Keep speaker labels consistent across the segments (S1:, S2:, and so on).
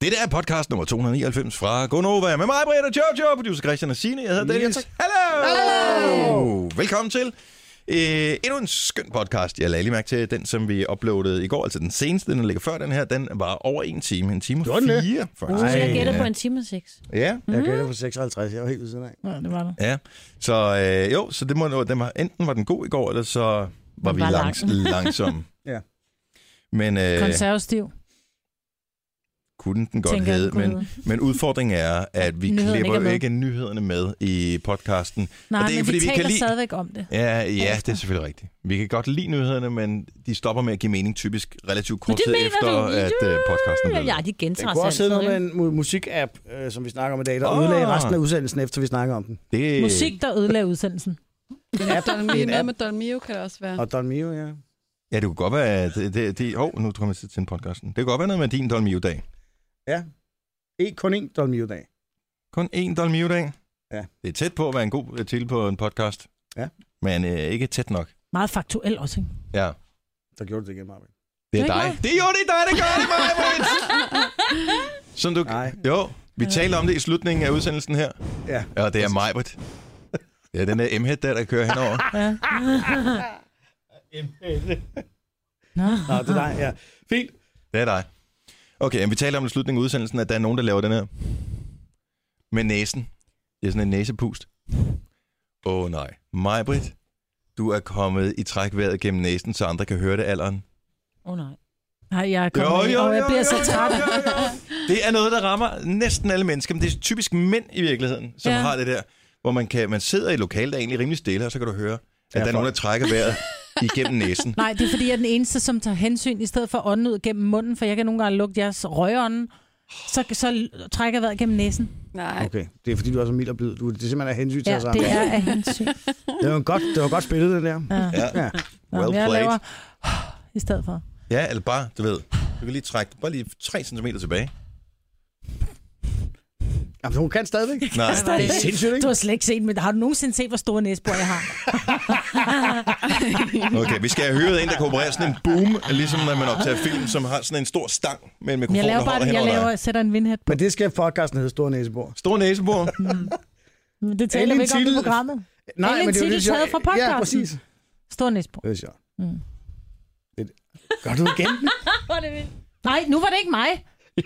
S1: Det er podcast nummer 299 fra Gonova. Med mig, Brian og Jojo, producer Christian og Signe. Jeg hedder Daniel.
S2: tak.
S1: Hallo! Hallo! Velkommen til øh, endnu en skøn podcast. Jeg lagde lige mærke til den, som vi uploadede i går. Altså den seneste, den der ligger før den her. Den var over en time. En time og
S2: Gjorde den det?
S1: fire, faktisk.
S3: Så Uh, jeg
S2: Ej,
S3: gætter på en time og seks.
S1: Ja,
S2: Jeg gælder på 56, jeg var helt ved siden af.
S3: Nå, det var det.
S1: ja. Så øh, jo, så det må, den var, enten var den god i går, eller så var
S3: Den
S1: vi
S3: var
S1: langs,
S3: lang.
S1: langsomme.
S2: Ja.
S1: Men øh,
S3: Konservativ.
S1: kunne den godt
S3: Tænker jeg, den
S1: hedde,
S3: kunne
S1: men, men udfordringen er, at vi
S3: Nyhederne
S1: nyhederne
S3: ikke
S1: klipper
S3: er
S1: ikke,
S3: med.
S1: ikke nyhederne med i podcasten.
S3: Nej,
S1: Og det er ikke,
S3: det men
S1: fordi
S3: fordi,
S1: vi kan
S3: vi taler
S1: lide-
S3: stadigvæk om det.
S1: Ja, ja,
S3: Bagefter.
S1: det er selvfølgelig rigtigt. Vi kan godt lide nyhederne, men de stopper med at give mening typisk relativt
S3: Men
S1: kort
S3: det
S1: tid
S3: mener
S1: efter,
S3: du.
S1: at øh, podcasten er
S3: Ja, ja,
S1: blevet.
S3: de
S2: Der
S3: gentager
S2: kunne
S3: sig
S2: også sidde noget
S3: altid,
S2: med en mu- musik-app, øh, som vi snakker om i dag, der
S1: Åh.
S2: oh. ødelagde resten af udsendelsen, efter vi snakker om den.
S1: Det,
S3: ikke? Musik, der ødelagde udsendelsen.
S4: Don Mio,
S2: en
S4: noget
S2: app.
S4: med Don Mio kan det også være.
S2: Og Don Mio, ja.
S1: Ja, det kunne godt være, at det, det, det oh, nu tror jeg, til en podcasten. Det kunne godt være noget med din Dolmio-dag.
S2: Ikke kun én Don Mio-dag.
S1: Kun én Dolmio-dag.
S2: Ja.
S1: Det er tæt på at være en god øh, titel på en podcast.
S2: Ja.
S1: Men øh, ikke tæt nok.
S3: Meget faktuel også, ikke?
S1: Ja.
S2: Der gjorde du det igen, Marvin.
S1: Det er
S3: Det er
S1: dig.
S3: ikke
S1: Det er jo det er dig, der gør det, Maja Som du...
S2: Nej.
S1: Jo, vi talte om det i slutningen af udsendelsen her.
S2: Ja.
S1: Ja, det er Majbrit. Det er den der m der, der kører henover.
S3: Ja. Nå.
S2: Nå, det er dig, ja. Fint.
S1: Det er dig. Okay, men vi talte om i slutningen af udsendelsen, at der er nogen, der laver den her. Med næsen. Det er sådan en næsepust. Åh oh, nej. Majbrit, du er kommet i trækvejret gennem næsen, så andre kan høre det alderen.
S3: Åh, oh, nej. Nej, jeg er kommet jo, og jeg bliver så træt.
S1: Det er noget, der rammer næsten alle mennesker, men det er typisk mænd i virkeligheden, som ja.
S3: Ja.
S1: har det der, hvor man, kan, man sidder i et lokal, der er egentlig rimelig stille, og så kan du høre, at ja,
S2: Ja,
S1: der er
S2: for-
S1: nogen, der trækker vejret igennem næsen.
S3: Nej, det er fordi, jeg er den eneste, som tager hensyn i stedet for at ånde ud gennem munden, for jeg kan nogle gange lugte jeres røgånden. Så, så trækker jeg vejret gennem næsen.
S4: Nej,
S2: Okay, det er fordi, du er så mild og blid. Du, det er simpelthen af hensyn til
S3: Ja,
S2: os
S3: det
S2: sammen.
S3: er af hensyn.
S2: Det var en godt, det var godt spillet, det der.
S3: Ja.
S1: Ja.
S2: Ja.
S3: Nå,
S1: Well
S3: men jeg
S1: played.
S3: laver i stedet for.
S1: ja, eller bare, du ved, du kan lige trække bare lige 3 cm tilbage.
S2: Jamen, hun kan stadigvæk.
S1: Nej,
S3: Altså,
S2: Det er sindssygt,
S3: Du
S2: ikke?
S3: har slet ikke set, men har du nogensinde set, hvor store næsbor jeg har?
S1: okay, vi skal have hyret en, der kan operere sådan en boom, ligesom når man optager film, som har sådan en stor stang med en
S3: Men
S1: mikrofon,
S3: jeg laver
S1: der
S3: bare,
S1: holder
S3: jeg
S1: henover dig.
S3: laver, sætter en vindhat på.
S2: Men det skal podcasten hedde Store Næsebord.
S1: Stor næsebord.
S3: Men det taler
S2: Alien
S3: vi ikke om i
S2: titel.
S3: programmet.
S2: Nej,
S3: Alien
S2: men det er jo
S3: titel
S2: det, sjove.
S3: taget fra podcasten.
S2: Ja, præcis.
S3: Stor næsbor.
S2: Det er sjovt. Mm. Gør du igen?
S3: Nej, nu var det ikke mig.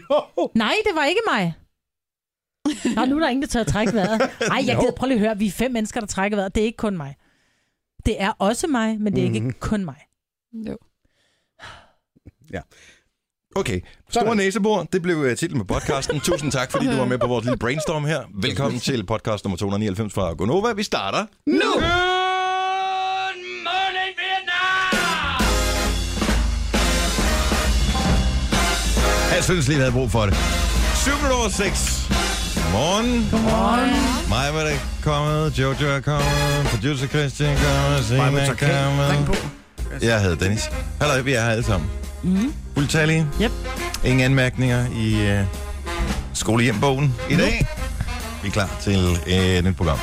S2: jo.
S3: Nej, det var ikke mig. Nå, nu er der ingen, der tør at trække vejret. Nej, jeg
S2: Jo.
S3: gider, prøv lige at høre. Vi er fem mennesker, der trækker vejret. Det er ikke kun mig. Det er også mig, men det er
S1: Mhm.
S3: ikke kun mig.
S4: jo.
S1: Okay, Store
S2: Sådan.
S1: Næsebor, det blev øh, titlen på podcasten. Tusind tak, fordi du var med på vores lille brainstorm her. Velkommen til podcast nummer 299 fra Gonova. Vi starter nu! Good morning, Vietnam! Jeg synes lige, jeg havde brug for det. 7 minutter over 6. Godmorgen. Godmorgen. Maja var det kommet, Jojo er kommet, producer Christian er kommet, Signe
S2: Maja,
S1: er
S2: så kan ring på.
S1: kommet. Jeg hedder Dennis. Hallo, vi er her alle sammen. Mm. Fuldtallige.
S3: Mhm. Yep.
S1: Ingen anmærkninger i øh, skolehjembogen i dag. Vi er klar til øh, et nyt program.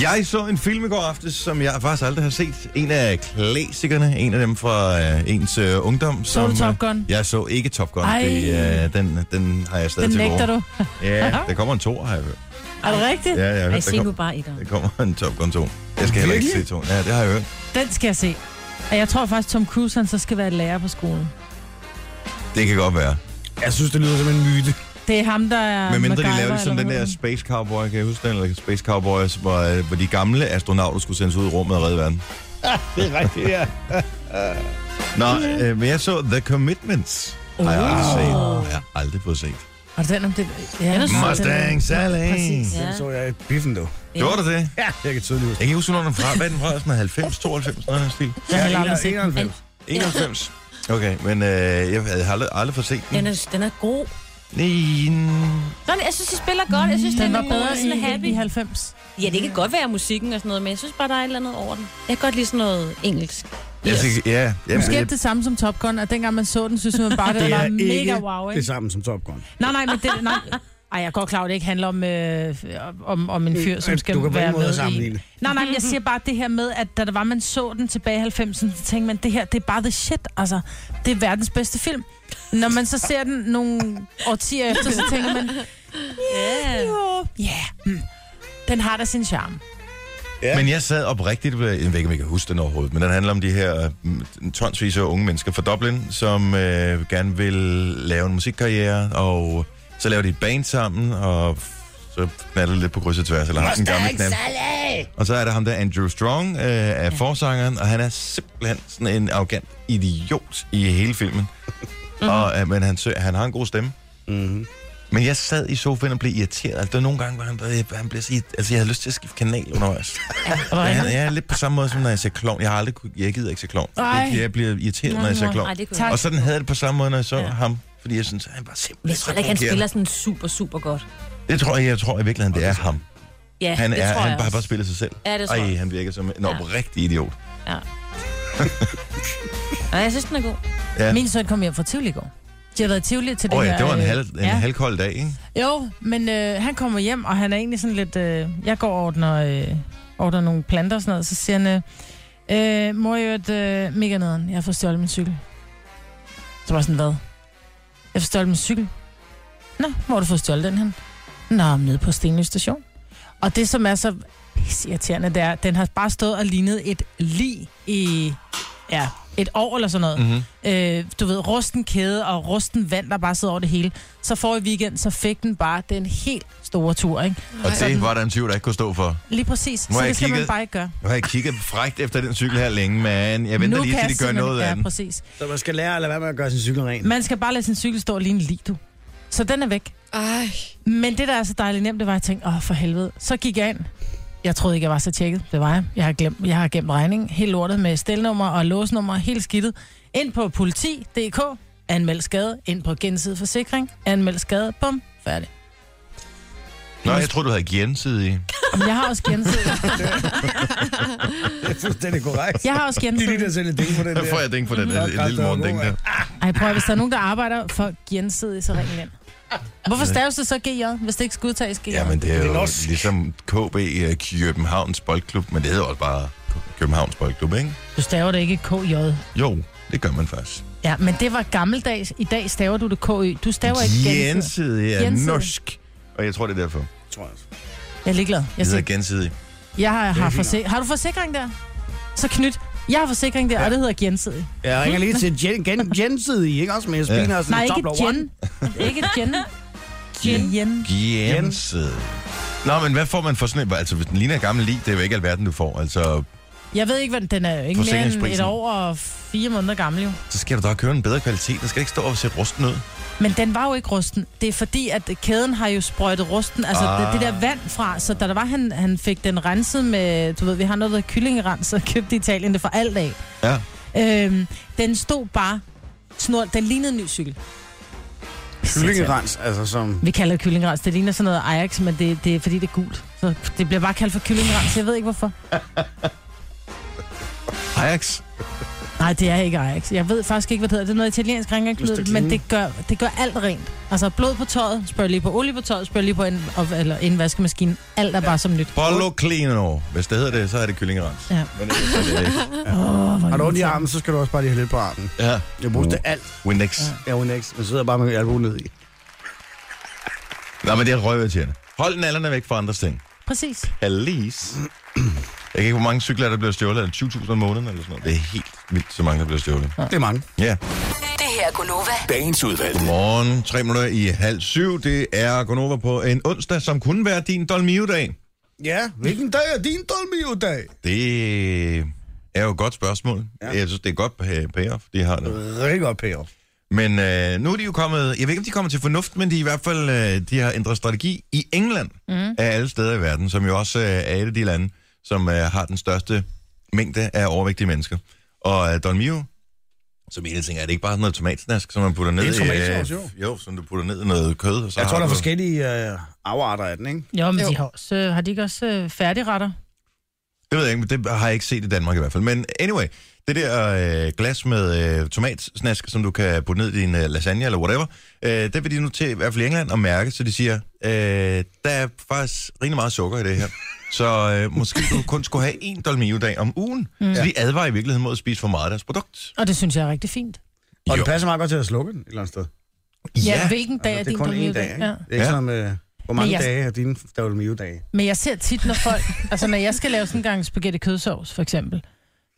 S1: Jeg så en film i går aftes, som jeg faktisk aldrig har set. En af klassikerne, en af dem fra øh, ens øh, ungdom.
S3: Så du
S1: som,
S3: Top Gun?
S1: Øh, jeg så ikke Top Gun.
S3: Ej.
S1: Det, øh, den, den har jeg stadig
S3: Den
S1: til
S3: nægter
S1: gode.
S3: du.
S1: Ja, der kommer en to, har jeg hørt.
S3: Er det rigtigt?
S1: Ja, jeg har
S3: Ej,
S1: hørt, der,
S3: se nu
S1: kom,
S3: bare et
S1: der kommer en Top Gun 2. Jeg skal heller ikke se
S2: Virkelig?
S1: to. Ja, det har jeg hørt.
S3: Den skal jeg se. Og jeg tror faktisk, Tom Cruise, han så skal være lærer på skolen.
S1: Det kan godt være.
S2: Jeg synes, det lyder som en myte.
S3: Det er ham, der er
S1: Men mindre de
S3: MacGyver,
S1: laver
S3: eller
S1: ligesom
S3: hvad
S1: den
S3: hedder
S1: der Space Cowboy, kan jeg huske den, eller Space Cowboys, hvor, øh, hvor de gamle astronauter skulle sendes ud i rummet og redde verden.
S2: Det er rigtigt, ja.
S1: Nå, øh, men jeg så The Commitments. Har jeg aldrig set. Har jeg aldrig fået set.
S3: Og den om det... Ja, den er sød, den
S1: Mustang
S3: er-
S1: Sally.
S3: Præcis. Ja.
S2: Den så jeg i biffen, du.
S1: Gjorde du det?
S2: Ja, jeg kan tydeligt huske.
S1: Jeg kan huske, hvornår den fra. Hvad er den fra? Sådan noget 90, 92, noget af den stil.
S3: Jeg har aldrig set den.
S2: 91.
S1: 91. Okay, men øh, jeg havde aldrig, aldrig fået set
S5: Den
S1: den.
S5: er, den er god.
S1: Nej,
S5: Sådan, jeg synes, de spiller godt. Jeg synes, Mm. den,
S3: Den var
S5: er
S3: bedre
S5: sådan
S3: i,
S5: happy.
S3: i 90.
S5: Ja, det kan godt være musikken og sådan noget, men jeg synes bare, der er et eller andet over den. Jeg kan godt lide sådan noget engelsk.
S1: Jeg tænker, ja, ja,
S3: Måske er det
S1: men,
S3: det samme som Top Gun, at dengang man så den, synes man bare, det,
S2: Det
S3: var
S2: er
S3: mega
S2: ikke
S3: wow,
S2: det
S3: ikke?
S2: samme som Top Gun.
S3: Nej, nej, men det... Nej. Ej, jeg er godt klar, over, at det ikke handler om, øh, om, om en fyr, som
S2: Øh,
S3: skal
S2: du kan på
S3: være
S2: ingen måde
S3: med i...
S2: sammenligne.
S3: Nej, nej, men jeg siger bare det her med, at da der var, man så den tilbage i 90'erne, så tænkte man, det her, det er bare the shit, altså. Det er verdens bedste film. Når man så ser den nogle årtier efter, så tænker man,
S5: Yeah.
S3: jo, ja, yeah, mm, den har da sin charme.
S2: Ja.
S1: Men jeg sad oprigtigt, jeg ved ikke, om jeg kan huske den overhovedet, men den handler om de her mm, tonsvis af unge mennesker fra Dublin, som øh, gerne vil lave en musikkarriere, og så laver de et band sammen, og f- så knatter det lidt på kryds og tværs, eller har sådan en gammel knald. Og så er der ham der, Andrew Strong, øh, er forsangeren, og han er simpelthen sådan en arrogant idiot i hele filmen.
S5: Mhm.
S1: og, øh, men han, sø- han har en god stemme.
S2: Mm-hmm.
S1: Men jeg sad i sofaen og blev irriteret. Altså, der var nogle gange, hvor han, bare- han blev så irrit- altså, jeg havde lyst til at skifte kanal undervejs.
S3: Og
S1: Ja,
S3: han-
S1: jeg, jeg er lidt på samme måde, som når jeg ser klovn. Jeg har aldrig kunne, jeg gider ikke se klovn.
S3: Ej.
S1: Jeg, jeg bliver irriteret, når jeg ser klovn.
S5: Nej, det kunne
S3: Tak.
S5: jeg
S1: Og sådan havde jeg det på samme måde, når jeg så
S5: Ja.
S1: ja. ham. Fordi jeg synes, han var
S5: ikke. Jeg
S1: simpelthen
S5: tror
S1: så
S5: ikke, han
S1: provokerende.
S5: spiller sådan super, super godt.
S1: Det tror jeg, jeg tror i virkeligheden, det er ham.
S5: Ja,
S1: Han,
S5: det
S1: er,
S5: tror
S1: han
S5: jeg
S1: bare,
S5: også.
S1: bare spiller sig selv.
S5: Ja, det tror
S1: Ej,
S5: jeg.
S1: han virker som en
S5: Ja.
S1: oprigtig idiot.
S5: Nej, jeg synes, den er god.
S1: Ja.
S3: Min søn kom hjem fra Tivoli i går. De har været i Tivoli til
S1: Åh
S3: det
S1: oh,
S3: her...
S1: ja, det var en,
S3: øh,
S1: halv, en
S3: ja.
S1: halvkold dag, ikke?
S3: Jo, men øh, han kommer hjem, og han er egentlig sådan lidt... Øh, jeg går og ordner, øh, ordner nogle planter og sådan noget, så siger han... Øh, øh, mor, jeg hørte øh, mega nederen. Jeg har fået stjålet min cykel. Så var jeg sådan, hvad? Jeg har fået stjålet min cykel. Nå, hvor har du fået stjålet den hen? Nå, men nede på Stenløs station. Og det, som er så irriterende, det er, at den har bare stået og lignet et lig i... Ja, et år eller sådan noget
S1: Mm-hmm.
S3: øh, du ved, rusten kæde og rusten vand, der bare sidder over det hele. Så for i weekend, så fik den bare den helt store tur, ikke?
S1: Og
S4: Nej.
S1: det var der en tyv, der ikke kunne stå for.
S3: Lige præcis.
S1: Må
S3: så
S1: jeg
S3: det skal
S1: kigge?
S3: man bare ikke gøre.
S1: Nu har jeg kigget frækt efter den cykel her længe, men jeg venter
S3: Nu
S1: lige, til de gør
S3: kan simpelthen-
S1: noget af
S3: ja,
S1: den.
S3: præcis.
S2: Så man skal lære at lade være med at gøre sin cykel ren.
S3: Man skal bare lade sin cykel stå og ligne lige du. Så den er væk.
S4: Ej,
S3: Men det, der er så dejligt nemt, det var, at jeg tænkte, åh, for helvede. Så gik jeg ind. Jeg troede ikke, jeg var så tjekket. Det var jeg. Jeg har glemt, jeg har glemt regningen. Helt lortet med stelnummer og låsnummer. Helt skidtet. Ind på politi.dk. Anmeld skade. Ind på gensidig forsikring. Anmeld skade. Bum. Færdig.
S1: Nå, jeg tror du havde gensidig.
S3: Men jeg har også gensidig.
S2: Det er fuldstændig korrekt.
S3: Jeg har også
S2: Det er lige
S3: gensidig.
S2: der sendte ding på den
S1: Der får
S2: der.
S1: jeg dænk for den
S2: Mhm.
S1: en lille morgendænk der.
S3: Ej, prøv at, hvis der er nogen, der arbejder for gensidig, så ring ind. Hvorfor staves det så GJ, hvis det ikke skal udtages GJ?
S1: Jamen, det er
S2: Det er
S1: jo
S2: norsk.
S1: ligesom KB øh, Københavns Boldklub, men det hedder også bare Københavns Boldklub, ikke?
S3: Du staver det ikke KJ.
S1: Jo, det gør man faktisk.
S3: Ja, men det var gammeldags. I dag staver du det KY. Du staver ikke gensidig.
S1: Gensidig er
S3: Gensidig.
S1: norsk. Og jeg tror, det er derfor.
S2: Tror jeg altså.
S3: Jeg er ligeglad. Jeg,
S1: Det
S3: siger,
S1: hedder gensidig.
S3: jeg har,
S2: Det er
S3: har,
S2: fint
S3: forsi- har du forsikring der? Så knyt. Jeg har forsikring der, og det hedder gensidig.
S2: Jeg ringer lige til gen, gen, gensidig, ikke også? Men jeg
S1: Ja.
S2: spiner sådan
S3: Nej,
S2: en
S3: ikke
S2: Toblerone.
S3: gen. ikke gen. Gen. gen.
S1: Gensidig. Nå, men hvad får man for sådan en... Altså, hvis den ligner et gammel lig, det er jo ikke alverden, du får. Altså,
S3: Jeg ved ikke, hvad den- den er jo ikke mere end et
S1: Forsikringsprisen.
S3: år og fire måneder gammel jo.
S1: så skal du da køre en bedre kvalitet. Der skal ikke stå og se rusten ud.
S3: Men den var jo ikke rusten. Det er fordi, at kæden har jo sprøjtet rusten, altså
S1: Ah.
S3: ah. det, det der vand fra. Så da der var, han, han fik den renset med, du ved, vi har noget, der hedder kyllingerens, og købte i Italien det for alt af.
S1: Ja.
S3: Øhm, den stod bare snor, den lignede en ny cykel.
S2: Kyllingerens, altså som...
S3: Vi kalder det kyllingerens. Det ligner sådan noget Ajax, men det, det er fordi, det er gult. Så det bliver bare kaldt for kyllingerens. Jeg ved ikke, hvorfor.
S1: Ajax.
S3: Nej, det er ikke Ajax. Jeg ved faktisk ikke, hvad det hedder. Det er noget italiensk rengøringsmiddel,
S2: Mr.
S3: men
S2: Clean.
S3: det gør, det gør alt rent. Altså blod på tøjet, spørg lige på olie på tøjet, spørg lige på en, op- eller indvaskemaskinen. Alt er bare som nyt.
S1: Polo Cleano. Hvis det hedder det, så er det kyllingerens.
S3: Ja.
S1: Men ellers er det ikke.
S3: Åh, hvor
S2: Har du ondt i
S3: irriterende.
S2: armen, så skal du også bare lige have lidt på armen.
S1: Ja.
S2: Jeg brugte
S1: Mm.
S2: alt.
S1: Windex. Ja.
S2: Jeg er unex. Man sidder bare med albuen ned i.
S1: Nå, men det er røvirriterende. Hold nallerne væk fra andres ting.
S3: Præcis.
S1: Alice. Jeg kan ikke, hvor mange cykler, der bliver stjålet. Er det 20.000 om måneden eller sådan noget? Det er helt vildt, så mange, der bliver stjålet.
S2: Det er mange.
S1: Ja.
S6: Det her er Gunova.
S7: Dagens udvalgte.
S1: Godmorgen. Tre minutter i halv syv. Det er Gonova på en onsdag, som kunne være din Dolmio-dag.
S2: Ja, hvilken dag er din Dolmio-dag?
S1: Det er jo et godt spørgsmål. Ja. Jeg synes, det er et godt pa- payoff, de har det.
S2: Rigtig godt, Per.
S1: Men øh, nu er de jo kommet... Jeg ved ikke, om de kommer til fornuft, men de er i hvert fald øh, de har ændret strategi i England mm. af alle steder i verden, som jo også øh, er et af de lande, som øh, har den største mængde af overvægtige mennesker. Og øh, Don Mio, som ene ting er, er det ikke bare sådan noget tomatsnask, som man putter ned
S2: Det er
S1: i... øh,
S2: tomatsauce, jo.
S1: jo, som du putter ned i noget kød. Og så
S2: Jeg tror,
S1: har
S2: der er
S1: du-
S2: forskellige øh, afarter af den, ikke?
S3: Jo, men
S4: Jo.
S3: de har, også, øh, har de ikke også øh, færdigretter?
S1: Det ved jeg ikke, men det har jeg ikke set i Danmark i hvert fald. Men anyway, det der øh, glas med øh, tomatsnask, som du kan putte ned i din øh, lasagne eller whatever, øh, det vil de nu til, i hvert fald i England, at mærke, så de siger, øh, der er faktisk rigtig meget sukker i det her. Så øh, måske du kun skulle have en dolmio-dag om ugen. Mm. Så de advarer i virkeligheden mod at spise for meget af deres produkt.
S3: Og det synes jeg er rigtig fint.
S2: Og
S1: Jo.
S2: det passer meget godt til at slukke den et eller andet sted.
S3: Ja, hvilken dag
S2: altså,
S3: er
S2: det
S3: din
S2: er kun
S3: premiere?
S2: én dag, ikke? Ja.
S3: Ja.
S2: Det er ikke
S1: Ja.
S2: ja. sådan, øh, hvor mange
S3: jeg-
S2: jeg... dage er dine Double Mio dage?
S3: Men jeg ser tit, når folk... altså, når jeg skal lave sådan en gang spaghetti kødsovs, for eksempel,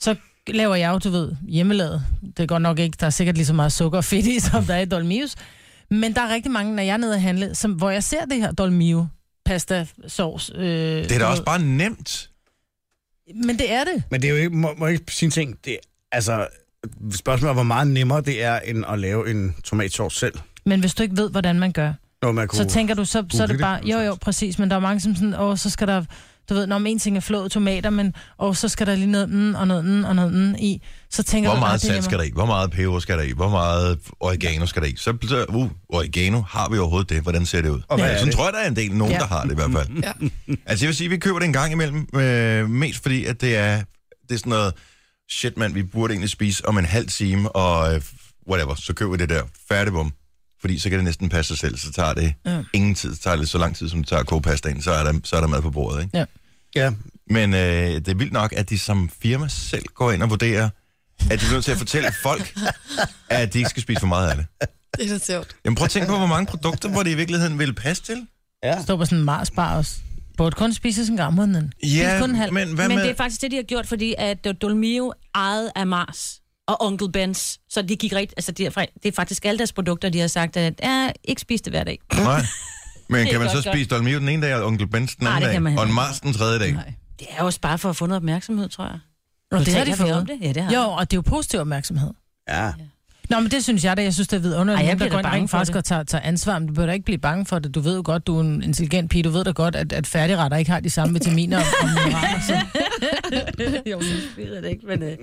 S3: så laver jeg jo, du ved, hjemmelavet. Det er godt nok ikke, der er sikkert lige så meget sukker og fedt i, som der er i Dolmios. Men der er rigtig mange, når jeg er nede og handle, som, hvor jeg ser det her Dolmio pasta sovs. Øh,
S1: Det er da også bare nemt.
S3: Men det er det.
S2: Men det er jo ikke, må, må jeg ikke sige en ting. Det, altså, spørgsmålet er, hvor meget nemmere det er, end at lave en tomatsauce selv.
S3: Men hvis du ikke ved, hvordan man gør,
S2: Når man kunne...
S3: Så tænker du, så, så er det
S2: Google
S3: bare,
S2: det,
S3: jo
S2: altså.
S3: jo, præcis, men der er mange som sådan, åh, så skal der, du ved, når en ting er flåede tomater, men og så skal der lige noget mm, og noget mm, og noget mm, i, så tænker
S1: Hvor
S3: du,
S1: meget
S3: "Ah, det er
S1: salt skal
S3: nemmere."
S1: der i? Hvor meget peber skal der i? Hvor meget oregano skal der i? Så, så uh, oregano, har vi overhovedet det? Hvordan ser det ud?
S2: Og hvad
S1: Ja,
S2: er
S1: sådan
S2: det?
S1: tror jeg, der er en del nogen,
S3: Ja.
S1: der har det i hvert fald.
S4: Ja.
S1: Altså jeg vil sige, vi køber det en gang imellem, øh, mest fordi, at det er, det er sådan noget, shit mand, vi burde egentlig spise om en halv time, og øh, whatever, så køber vi det der færdigbom. Fordi så kan det næsten passe sig selv, så tager det
S3: Ja.
S1: ingen tid, så tager det så lang tid, som det tager at koge pastaen, så er der, så er der mad på bordet, ikke?
S2: Ja,
S1: Men øh, det er vildt nok, at de som firma selv går ind og vurderer, at de bliver nødt til at fortælle folk, at de ikke skal spise for meget af det.
S4: Det er da sjovt.
S1: Jamen prøv at tænke på, hvor mange produkter, hvor det i virkeligheden ville passe til.
S2: ja.
S3: Står på sådan en Mars bar også. Burde kun spises en gang om måneden. Spis kun en halv.
S1: men hvad
S5: Men
S1: med...
S5: det er faktisk det, de har gjort, fordi at Dolmio ejede af Mars og Onkel Ben's, så de gik rigt, altså de, er fra- det er faktisk alle deres produkter, de har sagt, at ja, ikke spis det hver dag.
S1: Nej. Men
S5: Det
S1: kan
S5: er
S1: man så
S5: godt,
S1: spise Dolmio den ene dag, og Onkel Benz den
S5: Nej,
S1: anden
S5: det kan man
S1: dag, og en
S5: heller
S1: Mars den tredje dag?
S4: Nej.
S5: Det er jo også bare for at få noget opmærksomhed, tror jeg.
S3: Nå,
S5: Nu
S3: det har de
S5: taler vi om
S3: fået.
S5: det. Ja, det har
S3: Jo, og det er jo positiv opmærksomhed.
S2: ja.
S3: Nå, men det synes jeg da. Jeg synes, det er vidunderligt.
S5: Ej, jeg
S3: Ej, jeg
S5: bliver
S3: der
S5: da
S3: går ind og
S5: bange
S3: rent
S5: for
S3: faktisk
S5: det.
S3: og tager, tager ansvar, men du bør da ikke blive bange for det. Du ved jo godt, du er en intelligent pige. Du ved da godt, at, at færdigretter ikke har de samme vitaminer og, og mineraler. Så.
S5: jo, jeg ved det ikke, men... Øh.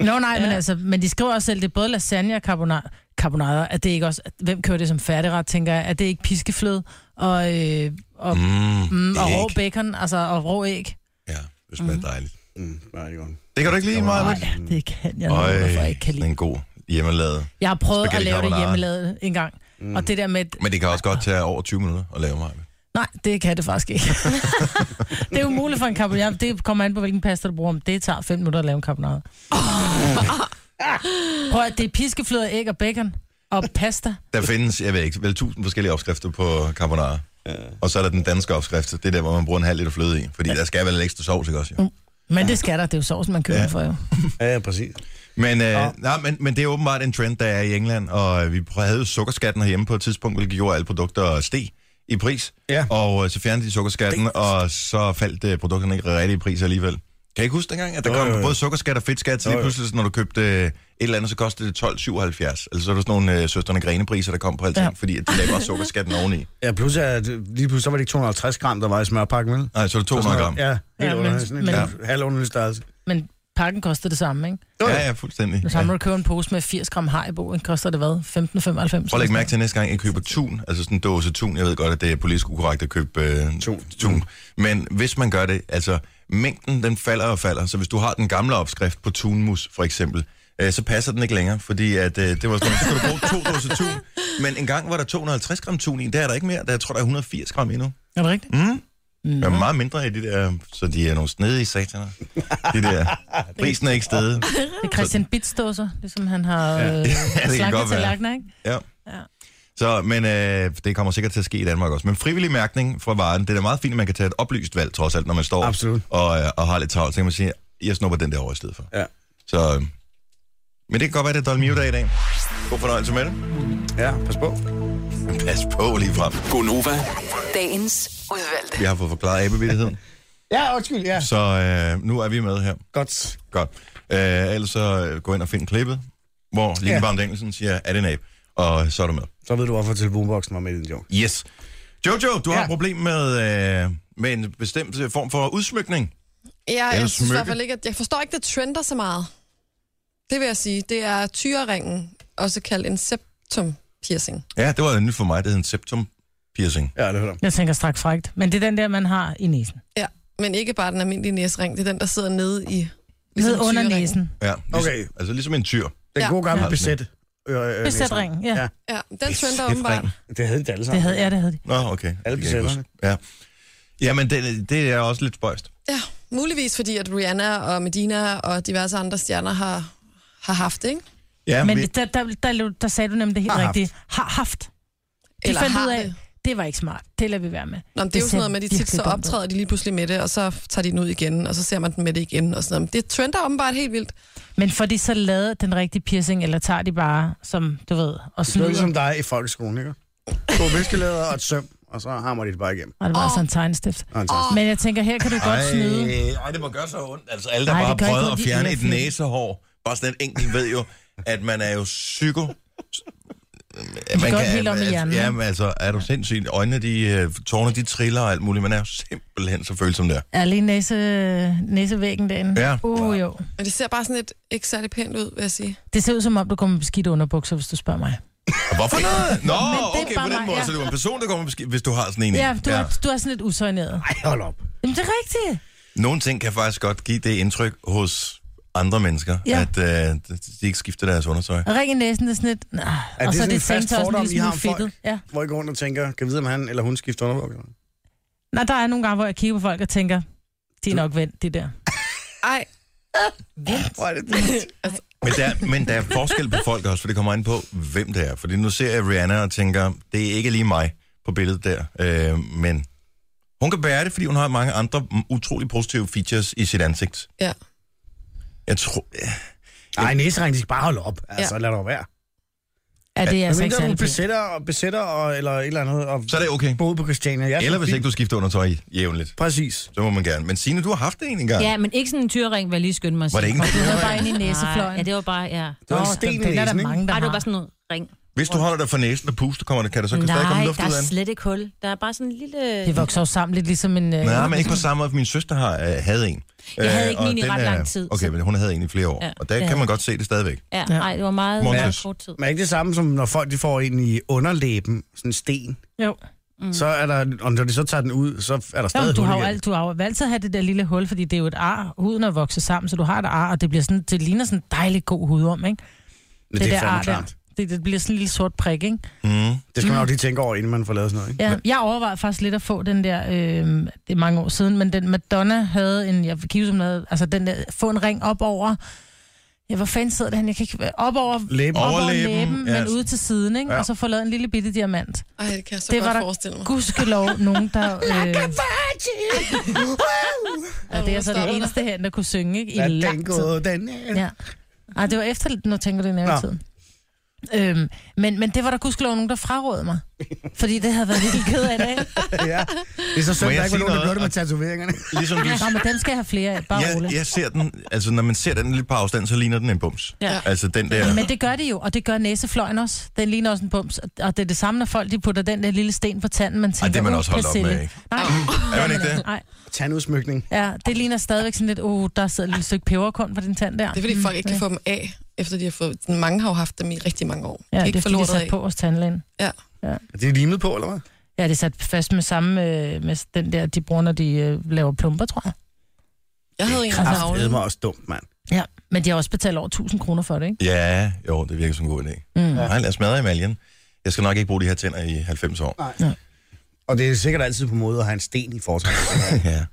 S3: Nå nej, ja. men altså, men de skriver også selv, det er både lasagne og carbonara, carbonara at det ikke også, at hvem kører det som færdigret, tænker jeg, at det ikke piskeflød og, øh, og, mm,
S1: Mm, mm,
S3: og rå bacon, altså og rå æg.
S1: Ja, det smager dejligt.
S2: Mm, nej, det er godt.
S1: Det kan du ikke lide,
S3: Nej,
S1: Maja?
S2: Mm.
S3: det kan jeg
S1: Øj,
S3: ikke, hvorfor jeg ikke kan
S1: sådan
S3: lide.
S1: en god hjemmelavet.
S3: Jeg har prøvet at
S1: spaghetti
S3: lave det
S1: carbonara.
S3: hjemmelavet en gang, mm. og det der med,
S1: Men det kan også godt tage over 20 minutter at lave, Maja.
S3: nej, det kan det faktisk ikke. det er umuligt for en carbonara, det kommer an på, hvilken pasta du bruger, om det tager fem minutter at lave en carbonara. Prøv at det er piskeflød, og æg og bacon og pasta.
S1: Der findes, jeg ved ikke, vel tusind forskellige opskrifter på carbonara. Og så er der den danske opskrift, det er der, hvor man bruger en halv liter fløde i. Fordi der skal vel lidt ekstra sovs, ikke også? Jo?
S3: Men det skal der, det er jo sovsen, man køber
S1: Ja.
S3: ja. for jo.
S2: Ja, ja, præcis.
S1: Men, øh, nej, men, men det er åbenbart en trend, der er i England, og øh, vi prø- havde jo sukkerskatten herhjemme på et tidspunkt, hvilket gjorde at alle produkter steg i pris.
S2: Ja.
S1: Og øh, så fjernede de sukkerskatten, og så faldt øh, produkterne ikke rigtig i pris alligevel. Kan I ikke huske dengang, at der
S2: Jo,
S1: kom
S2: jo, jo.
S1: både sukkerskat og fedtskat, så lige
S2: Jo, jo.
S1: pludselig, så når du købte øh, et eller andet, så kostede det 12,77. Altså så er der sådan nogle øh, søsterne Grene-priser, der kom på alting,
S3: Ja.
S1: ja. fordi at de lavede også sukkerskatten oveni.
S2: Ja, plus at øh, lige pludselig så var det ikke 250 gram, der var i smørpakken, vel?
S1: Nej, så er det 200 gram.
S2: Ja, helt
S3: Ja,
S2: ja,
S3: men-
S2: under, sådan en
S3: men-
S2: ja. halv underlig størrelse.
S3: Men pakken koster det samme, ikke?
S1: Ja, ja, fuldstændig.
S3: Det
S1: Ja.
S3: samme, når du køber en pose med 80 gram haribo, ikke? koster det hvad? 15,95?
S1: Prøv at lægge mærke til næste gang, I køber tun, altså sådan en dåse tun. Jeg ved godt, at det er politisk ukorrekt at købe øh, tun.
S2: Tun.
S1: tun. Men hvis man gør det, altså mængden den falder og falder. Så hvis du har den gamle opskrift på tunmus for eksempel, øh, så passer den ikke længere, fordi at, øh, det var sådan, så skulle du bruge to dåser tun. Men en gang var der 250 gram tun i, der er der ikke mere. Der jeg tror, der er 180 gram endnu.
S3: Er det rigtigt?
S1: Mm. Der er meget mindre i de der, så de er nogle snedige sataner. De der, prisen er ikke stedet.
S3: Det er Christian Bitz dåser, ligesom han har øh,
S1: kan
S3: slanket
S1: godt være.
S3: tallerkener, ikke?
S1: Ja.
S3: Ja.
S1: Så, men øh, det kommer sikkert til at ske i Danmark også. Men frivillig mærkning fra varen, det er da meget fint, at man kan tage et oplyst valg, trods alt, når man står
S2: Absolut.
S1: og, øh, og har lidt travlt. Så kan man sige, jeg snupper den der over i stedet for.
S2: Ja.
S1: Så, øh, men det kan godt være, det er Dolmio dag i dag. God fornøjelse med det.
S2: Ja, pas på.
S1: Pas på lige frem.
S6: Gonova,
S7: Dagens udvalgte.
S1: Vi har fået forklaret abevilligheden,
S2: Ja, undskyld, ja.
S1: så øh, nu er vi med her.
S2: Godt.
S1: Godt. Øh, ellers så øh, gå ind og find klippet, hvor Line ja.
S2: Ja.
S1: Barm Engelsen siger, er det en abe? Og så er du med.
S2: Så ved du, hvorfor telefonboksen var med i den joke.
S1: Yes. Jojo, du ja. har
S2: Ja.
S1: et problem med, øh, med en bestemt øh, form for udsmykning.
S4: Ja,
S1: Eller
S4: jeg, synes i
S1: smykke.
S4: hvert fald ikke, at jeg forstår ikke, det trender så meget. Det vil jeg sige. Det er tyreringen, også kaldt en septum piercing.
S1: Ja, det var nyt for mig. Det hed en septum piercing.
S2: Ja, det hører
S3: Jeg tænker straks frægt. Men det er den der, man har i næsen.
S4: Ja, men ikke bare den almindelige næsring. Det er den, der sidder nede i...
S3: Ligesom Ned under
S4: tyringen.
S3: næsen.
S1: Ja, ligesom,
S2: Okay.
S1: Altså ligesom en tyr.
S2: Den
S4: Ja.
S2: gode gamle
S1: Ja.
S2: besæt. Øh, øh,
S3: Besætringen, ja.
S2: Ja.
S4: Ja, den trender åbenbart.
S2: Det havde de alle sammen.
S3: Det havde, ja, det havde de.
S1: Nå, okay. Det kan jeg ikke
S2: besætterne.
S1: huske. Ja. Ja, men det, det er også lidt spøjst.
S4: Ja, muligvis fordi, at Rihanna og Medina og diverse andre stjerner har, har haft det, ikke?
S1: Ja,
S3: Men
S1: men vi,
S3: der, der, der, der sagde du nemlig det helt
S2: Har haft.
S3: rigtige. Har haft. De
S4: Eller
S3: fandt
S4: har
S3: ud af,
S4: det.
S3: det var ikke smart. Det lader vi være med.
S4: Nå, men det,
S3: Det
S4: er jo
S3: ser
S4: sådan noget med, at de tit
S3: virkelig
S4: så
S3: dumt ud.
S4: optræder de lige pludselig med det, og så tager de den ud igen, og så ser man den med det igen og sådan noget. Men det trender åbenbart helt vildt.
S3: Men får de så lavet den rigtige piercing, eller tager de bare, som du ved, og
S2: Det var
S3: snyder?
S2: ligesom dig i folkeskolen, ikke? To viskelæder og et søm, og så hammer de det bare igennem.
S3: Og det var altså en tegnestift.
S2: Og en taske.
S3: Men jeg tænker, her kan du godt snyde.
S1: ej, ej, det må gøre så ondt. Altså, alle, der
S3: Nej,
S1: Ej,
S3: det
S1: bare
S3: gør
S1: har prøvet
S3: ikke
S1: at
S3: ondt.
S1: fjerne
S3: De er
S1: et
S3: fede.
S1: næsehår, bare sådan en enkelt ved jo, at man er jo psyko. Man
S3: godt helt om i hjernen, ikke?
S1: Ja, men altså, er du sindssygt? Øjnene, de, øh, tårne, de triller og alt muligt. Man er jo simpelthen så følsom der.
S3: Er lige næse, næsevæggen derinde?
S1: Ja.
S3: Uh, jo.
S4: Men det ser bare sådan lidt ikke særlig pænt ud, vil jeg sige.
S3: Det ser ud som om, du kommer med beskidte underbukser, hvis du spørger mig.
S1: Og Hvorfor noget? Nå,
S3: Men det er
S1: okay,
S3: bare
S1: på den
S3: mig,
S1: måde.
S3: ja.
S1: Så det var en person, der kommer måske, hvis du har sådan en.
S3: Ja, du, ja. Er, du er sådan lidt usøgneret.
S2: Ej, hold op.
S3: Jamen, det er rigtigt.
S1: Nogle ting kan faktisk godt give det indtryk hos andre mennesker, ja.
S3: Ja.
S1: at øh, de ikke skifter deres undertøj.
S3: Og Ring i næsen, det er sådan lidt... Nah.
S2: Er
S3: og
S2: det
S3: så
S2: sådan en
S3: er det ligesom
S2: fast fordom, I har om folk?
S3: Ja.
S2: Hvor I går rundt og tænker, kan vide, om han eller hun skifter underbukser?
S3: Nej, der er nogle gange, hvor jeg kigger på folk og tænker, de er nok vendt, de der.
S4: Ej, Altså,
S2: Hvor er det dumt.
S1: Men der, men der er forskel på folk også, for det kommer ind på, hvem det er. Fordi nu ser jeg Rihanna og tænker, det er ikke lige mig på billedet der. Øh, men hun kan bære det, fordi hun har mange andre mm, utrolig positive features i sit ansigt.
S4: ja.
S1: Jeg tror... Ja.
S2: Ej, næsering, de skal bare holde op. Altså, lad det være.
S3: Ja, det er
S2: Jeg
S3: altså
S2: men
S3: ikke
S2: der du
S3: særlig fint.
S2: besætter, og besætter og, eller et eller andet, og
S1: Så er det okay.
S2: boede på Christiania. Jeg
S1: Eller hvis ikke du skifter undertøj jævnligt,
S2: Præcis.
S1: så må man gerne. Men Signe, du har haft det en engang.
S5: Ja, men ikke sådan en tyrring, vil jeg lige skynde mig at
S1: Var det
S5: sige.
S1: ikke en
S3: Det er bare inde i næsefløjen.
S5: Nej, Ja, det var bare, ja.
S2: Det var en
S3: Nå,
S2: sten i
S3: den er der
S2: næsen, ikke?
S3: mange, der
S5: Ej, det var
S3: har.
S5: bare sådan noget ring.
S1: Hvis du holder dig for næsen og puster, kommer det, kan der så stadig komme
S5: Nej,
S1: luft
S5: der
S1: ud af
S5: er
S1: den?
S5: slet ikke hul. Der er bare sådan en lille...
S3: Det vokser jo sammen lidt ligesom en... øh,
S1: Nej, men ikke på samme måde, for min søster har, øh, havde en.
S5: Jeg havde
S1: Øh,
S5: ikke
S1: og
S5: min i
S1: den
S5: ret
S1: er-
S5: lang tid,
S1: Okay,
S5: så-
S1: men hun havde en i flere år,
S5: Ja,
S1: og der
S5: det
S1: kan
S5: havde
S1: man godt se det stadigvæk.
S5: Ja,
S3: Ja.
S5: nej, det var meget,
S1: Morten
S5: meget
S1: Øst.
S5: kort tid.
S2: Men er ikke det samme, som når folk de får en i underlæben, sådan en sten,
S3: Jo.
S2: mm. så er der, og når de så tager den ud, så er der
S3: Jo,
S2: stadig
S3: du
S2: hul
S3: har jo
S2: igen.
S3: alt, du har jo altid have det der lille hul, fordi det er jo et ar. Huden er vokset sammen, så du har et ar, og det, bliver sådan, det ligner sådan en dejlig god hudom, ikke?
S2: Men det, det
S3: der
S2: er fandme
S3: ar
S2: klart.
S3: Det, det bliver sådan en lille sort prik, ikke?
S1: Mm.
S2: Det skal man nok lige tænke over, inden man får lavet sådan noget, ikke?
S3: Ja, jeg overvejede faktisk lidt at få den der, øh, det er mange år siden, men den Madonna havde en, jeg kiggede som havde, altså den der, få en ring op over, ja, hvor fanden sidder det han? Jeg kan ikke, op over,
S2: Læben.
S3: Op over
S1: Overlæben,
S3: læben, læben
S1: ja.
S3: men ude til siden, ikke?
S1: Ja.
S3: Ja. Og så få lavet en lille bitte diamant.
S4: Ej, det kan jeg så
S3: Det
S4: det
S3: var
S4: godt
S3: der-
S4: forestille mig.
S3: Gudskelov, nogen der... Øh... ja, det er så det eneste her, der kunne synge, ikke? I
S2: Lad
S3: lang
S2: den
S3: tid.
S2: gå, den er-
S3: Ja. Ej, det var efter, når tænker det
S2: Nå.
S3: nærmere tid. Øhm, men, men det var der gudskelov nogen, der frarådede mig. Fordi det havde været helt ked af det.
S2: ja. Det er så
S1: Må
S2: sødt,
S1: jeg
S2: der ikke
S1: sige
S2: var nogen, der
S1: noget?
S2: gjorde det med tatoveringerne.
S1: Ligesom du...
S3: Nå, men dem skal jeg have flere af, bare
S1: Jeg,
S3: roligt.
S1: jeg ser den, altså når man ser den lidt på afstand, så ligner den en bums.
S5: Ja.
S1: Altså den der...
S3: Men det gør det jo, og det gør næsefløjen også. Den ligner også en bums, og- og det er det samme, når folk de putter den der lille sten på tanden, man tænker,
S1: Ej, det er man
S3: "Uh,
S1: også holdt op
S3: persille."
S1: med, ikke?
S3: Nej,
S1: Er man ikke det?
S3: nej.
S2: Tandudsmykning.
S3: Ja, det ligner stadigvæk sådan lidt, oh, der sidder et lille stykke peberkorn på din tand der.
S4: Det er fordi, folk ikke kan få dem af, efter de har fået... Mange har jo haft dem i rigtig mange år.
S3: Ja,
S4: ikke
S3: det er fordi, de er
S4: forloret
S3: sat på hos tandlægen.
S4: Ja.
S2: Er det limet på, eller hvad?
S3: Ja, det er sat fast med samme, øh, med den der, de bruger, når de øh, laver plumper, tror jeg.
S4: Jeg havde en navle.
S2: Det var også dumt, mand.
S3: Ja, men de har også betalt over 1000 kroner for det, ikke?
S1: Ja, jo, det virker som en god idé. Mm. Nej, lad os smadre emaljen. Jeg skal nok ikke bruge de her tænder i 90 år.
S2: Og det er sikkert altid på måde at have en sten i fortrækket.
S1: Ja.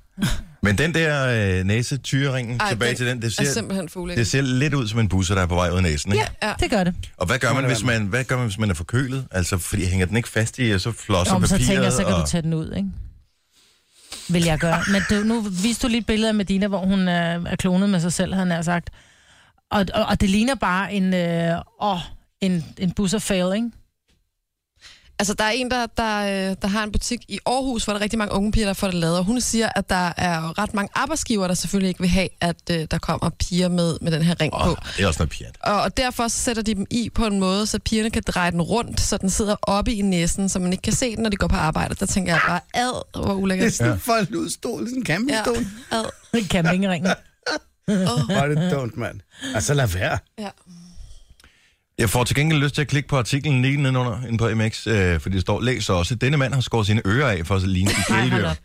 S1: Men den der øh, næse tyringen
S4: Ej,
S1: tilbage
S4: den
S1: til den, det
S4: er
S1: ser,
S4: simpelthen fugle.
S1: det ser lidt ud som en busser, der er på vej ud af næsen. Ikke?
S4: Ja.
S3: Det gør det.
S1: Og hvad gør, man, hvis man, hvad gør man, hvis man er forkølet? Altså, fordi hænger den ikke fast i, og så flosser
S3: Om,
S1: papiret.
S3: så tænker jeg, så kan
S1: og...
S3: du tage den ud, ikke? Vil jeg gøre. Men du, nu viste du lige et billede af Medina, hvor hun øh, er klonet med sig selv, havde han sagt. Og, og, og det ligner bare en, øh, åh, en, en busser fail, ikke?
S4: Altså, der er en, der, der, øh, der har en butik i Aarhus, hvor der er rigtig mange unge piger, der får det lavet, og hun siger, at der er jo ret mange arbejdsgiver, der selvfølgelig ikke vil have, at øh, der kommer piger med, med den her ring på.
S1: Åh, det er også noget pjat.
S4: Og, og derfor så sætter de dem i på en måde, så pigerne kan dreje den rundt, så den sidder oppe i næsen, så man ikke kan se den, når de går på arbejde. Der tænker jeg bare, ad, hvor
S2: det er
S4: ulækkert.
S2: sådan en forlud stol, sådan en
S4: Ja,
S2: campingstol. Ja.
S4: ad.
S3: Campingringen.
S2: Hvor er det dumt, mand. Altså, lad være.
S4: Ja. Altså,
S1: Jeg får til gengæld lyst til at klikke på artiklen lige nedenunder inde på MX, øh, fordi det står, læs også, denne mand har skåret sine ører af for at ligne et
S5: Nej, hold
S1: kæledyr.
S5: op.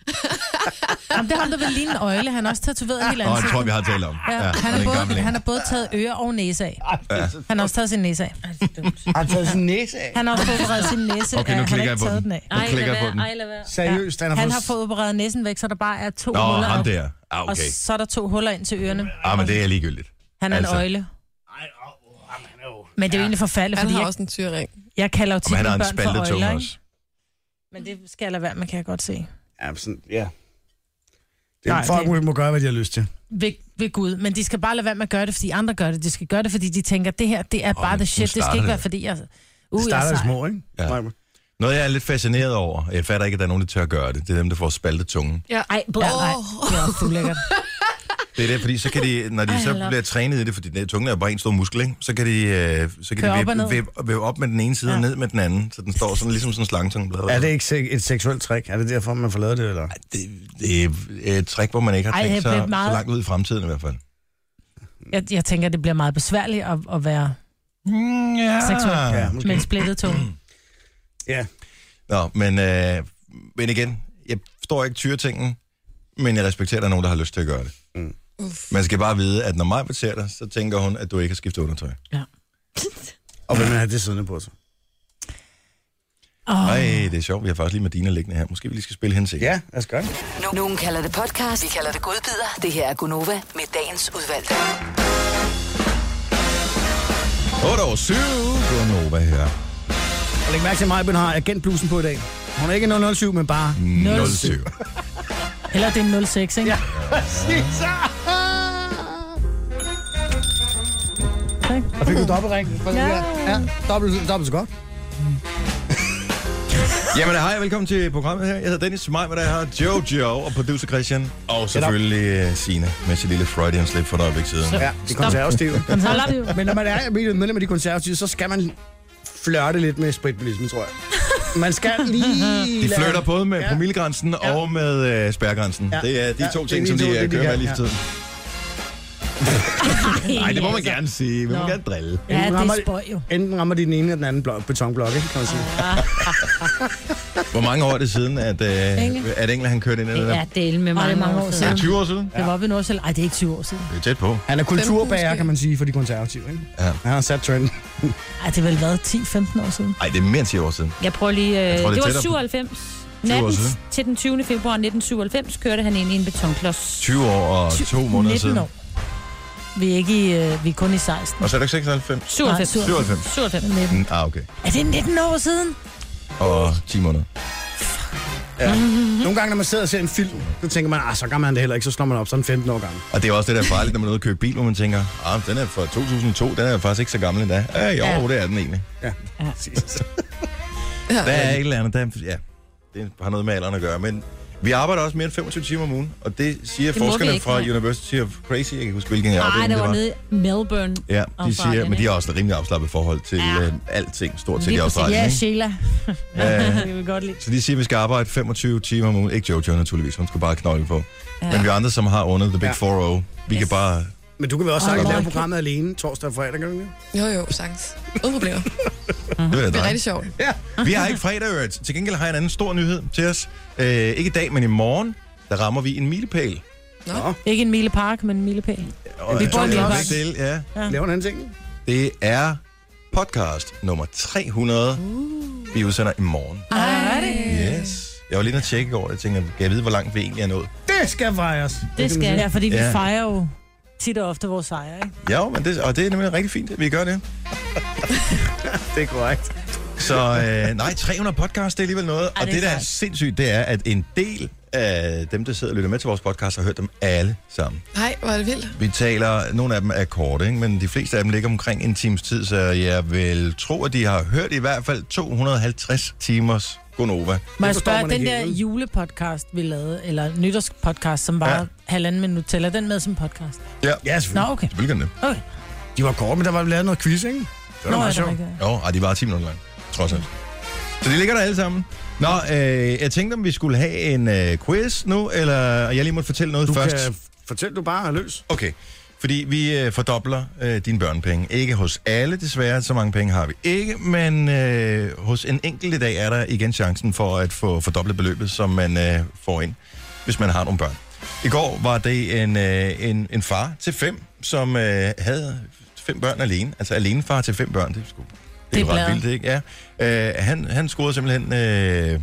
S3: Jamen, det er ham, der vil ligne en øjle. Han er også tatoveret hele
S1: Nå,
S3: ansigtet.
S1: jeg tror, vi har talt om.
S3: Ja, han,
S1: og det
S3: er
S1: en gammel
S3: både,
S1: en.
S3: han har både taget øre og næse af. Han har også taget sin næse af.
S2: Har du taget sin næse af?
S3: Han har også fået opereret sin næse
S1: Okay, nu
S3: af. Han
S1: klikker
S3: har
S1: jeg
S3: ikke
S1: på
S3: taget
S1: den.
S3: den af.
S1: Nu
S5: Ej,
S1: klikker jeg
S5: lad
S1: på
S5: være,
S1: den.
S5: ej, lad være.
S2: Seriøst, han har,
S3: Han har fået opereret næsen væk, så der bare er to
S1: Nå,
S3: huller.
S1: ham
S3: op.
S1: der. Ah,
S3: Og
S1: okay.
S3: så er der to huller ind til ørerne.
S1: Ah, men det er ligegyldigt.
S3: Han er en
S1: altså.
S3: øjle.
S2: Ej, åh, åh, han er jo-
S3: Men det er jo egentlig forfærdeligt,
S4: Han
S3: fordi
S4: har
S3: jeg,
S4: også en tyring.
S3: jeg kalder jo tit
S1: Om han har
S3: mine
S1: en
S3: børn for
S1: spaltetung
S3: øjler,
S1: også.
S3: ikke? Men det skal jeg lade være med, kan jeg godt se.
S2: Ja, men sådan, ja. Det,
S3: Nej,
S2: Nej, folk
S3: det-
S2: det... må gøre, hvad de har lyst til.
S3: Ved, ved Gud. Men de skal bare lade være med at gøre det, fordi andre gør det. De skal gøre det, fordi de tænker, det her, det er bare
S1: men
S3: the
S1: nu
S3: shit. Det skal
S1: starter
S3: ikke
S1: det.
S3: være, fordi jeg... Uh,
S2: Det
S3: jeg
S2: starter
S3: er
S2: i
S3: sej.
S2: små, ikke?
S1: Ja.
S2: Maja?
S1: Noget, jeg er lidt fascineret over, jeg fatter ikke, at der er nogen, der tør at gøre det, det er dem, der får spaltet tungen.
S5: Ej, bro.
S3: Ja, nej, det er også ulækkert.
S1: Det er det, fordi så kan de, når de så bliver trænet i det, fordi det, tungen er bare en stor muskel, ikke? så kan de, øh, så kan
S3: Køre
S1: de
S3: op og
S1: vippe,
S3: ned.
S1: vippe, vippe, op med den ene side ja. og ned med den anden, så den står sådan ligesom sådan en slangetung.
S2: Er det ikke se- et seksuelt trick? Er det derfor, man får lavet det, eller?
S1: det, det er et trick, hvor man ikke har
S3: Ej,
S1: tænkt
S3: det
S1: sig
S3: blev
S1: så
S3: meget-
S1: langt ud i fremtiden i hvert fald.
S3: Jeg, jeg tænker, det bliver meget besværligt at, at være
S1: Mm, ja.
S3: Seksuelt.
S2: Ja,
S3: med
S2: måske.
S3: en splittet tunge.
S2: Ja.
S1: Nå, men, øh, men igen, jeg forstår ikke tyretingen, men jeg respekterer, at der er nogen, der har lyst til at gøre det.
S2: Mm.
S4: Uff.
S1: Man skal bare vide, at når mig ser dig, så tænker hun, at du ikke har skiftet undertøj.
S2: Og hvem har det siddende på sig?
S3: Åh,
S1: Nej, det er sjovt. Vi har faktisk lige Medina liggende her. Måske vi lige skal spille hende senere.
S2: Ja, lad os gøre det.
S7: No- Nogen kalder det podcast, vi kalder det godbider. Det her er Gunova med dagens udvalgte.
S1: 8 over 7. Godnova her.
S2: Og læg mærke til, at Majben har agentblusen på i dag. Hun er ikke 007, men bare...
S1: 07.
S3: Eller det er 06, ikke? Ja.
S2: Og fik du dobbeltring? Ja. ja. Dobbelt, dobbelt så godt.
S1: Jamen hej, velkommen til programmet her. Jeg hedder Dennis Maj, og der har Jojo og producer Christian. Og selvfølgelig uh, Sine med sit lille Freudian slip for et øjeblik siden.
S2: Ja, de konservative.
S3: Konservativ.
S2: men når man er medlem af de konservative, så skal man flørte lidt med spritbilismen, tror jeg. Man skal lige...
S1: De flytter både med
S2: Ja.
S1: promillegrænsen
S2: Ja.
S1: og med uh, spærregrænsen.
S2: Ja.
S1: Det er de
S2: Ja,
S1: to
S2: det er
S1: ting,
S2: de
S1: som
S2: to,
S1: de
S2: det er
S1: uh,
S2: de
S1: kører med
S2: kan,
S1: lige for
S2: ja.
S1: tiden. Nej, det må man
S3: altså.
S1: gerne sige. Vi må
S3: Nå.
S1: gerne drille.
S3: Ja,
S2: Nu
S3: det
S2: rammer
S3: er spøj jo.
S2: Enten rammer de den ene eller den anden blok, betonblok, ikke, kan man sige.
S1: Hvor mange år er det siden, at, uh,
S3: Engel.
S1: at Engel han kørte ind i det
S5: Det
S1: der?
S5: er del med
S3: Ej, det
S5: mange,
S3: er mange år
S1: Er
S3: siden.
S1: det 20 år siden?
S3: Jeg var oppe i Nordsjælland. Ej, det er ikke 20 år siden.
S1: Det er tæt på.
S2: Han er kulturbager,
S4: måske.
S2: kan man sige, for de konservative, ikke?
S1: Ja.
S2: Han har sat trenden.
S3: Mhm. Ej, det har vel været 10-15 år siden.
S1: Ej, det er mere end 10 år siden.
S5: Jeg prøver lige... Øh,
S1: Jeg tror, det
S5: det,
S1: er
S5: det var
S1: tættere på.
S5: 97.
S1: 20 år
S5: Natten
S1: siden.
S5: til den 20. februar 1997 kørte han ind i en betonklods.
S1: 20 år og 2 måneder
S3: 19
S1: siden.
S3: år. Vi er, ikke i, øh, vi er kun i 16.
S1: Og så er det ikke 96?
S5: 97.
S3: Nej,
S1: 97.
S5: 97.
S3: 19.
S1: Mm, ah, okay.
S3: Er det 19 år siden?
S1: Og 10 måneder.
S2: Nogle gange, når man sidder og ser en film, så tænker man, ah, så gammel er han det heller ikke, så slår man op sådan 15 år gammel.
S1: Og det er også det, der er farligt, når man er ude og købe bil, hvor man tænker, ah, den er fra 2002, den er faktisk ikke så gammel endda. Ja, jo, ja.
S5: Ja.
S1: det er den egentlig.
S4: Ja.
S1: Der er et eller andet, der er- ja, det har noget med alderen at gøre, men vi arbejder også mere end 25 timer om ugen, og det siger
S5: Det må
S1: forskerne
S5: vi ikke,
S1: fra
S5: nej.
S1: University of Crazy, jeg kan ikke huske, hvilken
S5: Nej,
S1: afdeling
S5: det
S1: det
S5: var nede i Melbourne.
S1: Ja, de siger,
S5: Australien,
S1: men de
S5: ikke?
S1: har også et rimelig afslappet forhold til ja.
S5: Ja.
S1: øh, alting, stort set i
S5: Lige præcis.
S1: Australien.
S3: Ja,
S1: ikke?
S3: Sheila.
S1: Øh,
S3: Det vil godt lide.
S1: Så de siger, at vi skal arbejde 25 timer om ugen. Ikke Jojo naturligvis, hun skal bare knokle på. Ja. Men vi andre, som har under The Big
S2: Ja.
S1: 4-0,
S2: Mhm.
S1: vi yes. kan bare...
S2: Men du kan vel også sagtens
S3: Åh,
S2: lave
S3: okay.
S2: programmet alene torsdag og fredag, kan du ikke? det?
S4: Jo, jo, sagtens. Uden problemer. Det
S1: Det er,
S4: er
S1: dig.
S4: rigtig sjovt.
S1: Vi har ikke fredag, øvrigt. Til gengæld har jeg en anden stor nyhed til os. Øh, ikke i dag, men i morgen, der rammer vi en milepæl.
S3: Ikke en milepark, men en milepæl.
S1: Og,
S2: Vi
S1: øh,
S3: bor i
S1: det er
S3: Lillebæk.
S1: stille, ja.
S2: Laver en anden ting.
S1: Det er podcast nummer 300, vi udsender i morgen.
S3: Ej, Ah, er det?
S1: Yes. Jeg var lige nødt til at tjekke i går, og jeg tænkte, kan jeg vide, hvor langt vi egentlig er nået?
S2: Det skal fejres.
S5: Det
S2: kan man
S5: skal
S3: Ja, fordi vi
S1: Ja.
S3: fejrer jo tit og ofte vores sejre, ikke?
S1: Ja, men det, og det er nemlig rigtig fint, at vi gør det.
S2: sige. Det er korrekt.
S1: Så øh, nej, 300 podcast, det er alligevel noget. og
S5: Ej, det
S1: det,
S5: er
S1: der er
S5: sejt.
S1: sindssygt, det er, at en del af dem, der sidder og lytter med til vores podcast, har hørt dem alle sammen.
S4: Nej, hvor er det vildt.
S1: Vi taler, nogle af dem er korte, ikke? men de fleste af dem ligger omkring en times tid, så jeg vil tro, at de har hørt i hvert fald 250 timers Gonova.
S3: Må jeg
S2: forstår
S3: spørge,
S2: man
S3: den
S2: ikke
S3: der
S2: helt, vel?
S3: julepodcast, vi lavede, eller nytårspodcast, som var
S1: Ja.
S3: ja. halvanden minut, tæller den med som podcast?
S1: Ja,
S2: Ja,
S3: Nå,
S2: selvfølgelig.
S3: okay.
S1: selvfølgelig gør den
S3: okay.
S2: No. De var korte, men der var lavet noget quiz, ikke? Det var
S3: Nå,
S2: Nå, meget
S3: er det
S2: sjovt.
S3: rigtigt?
S1: det. Jo, ej, de var 10 minutter lang, trods alt. Så de ligger der alle sammen. Nå, øh, jeg tænkte, om vi skulle have en øh, quiz nu, eller jeg lige måtte fortælle noget
S2: Du
S1: først.
S2: kan fortælle, du bare er løs.
S1: Okay, fordi vi øh, fordobler øh, dine børnepenge. Ikke hos alle, desværre. Så mange penge har vi ikke, men øh, hos en enkelt i dag er der igen chancen for at få fordoblet beløbet, som man øh, får ind, hvis man har nogle børn. I går var det en, øh, en, en far til fem, som øh, havde fem børn alene. Altså alene far til fem børn. Det er sgu det er
S3: Det
S1: jo
S3: er
S1: ret
S3: bladret.
S1: vildt, ikke? Ja. Øh, han, han scorede simpelthen øh,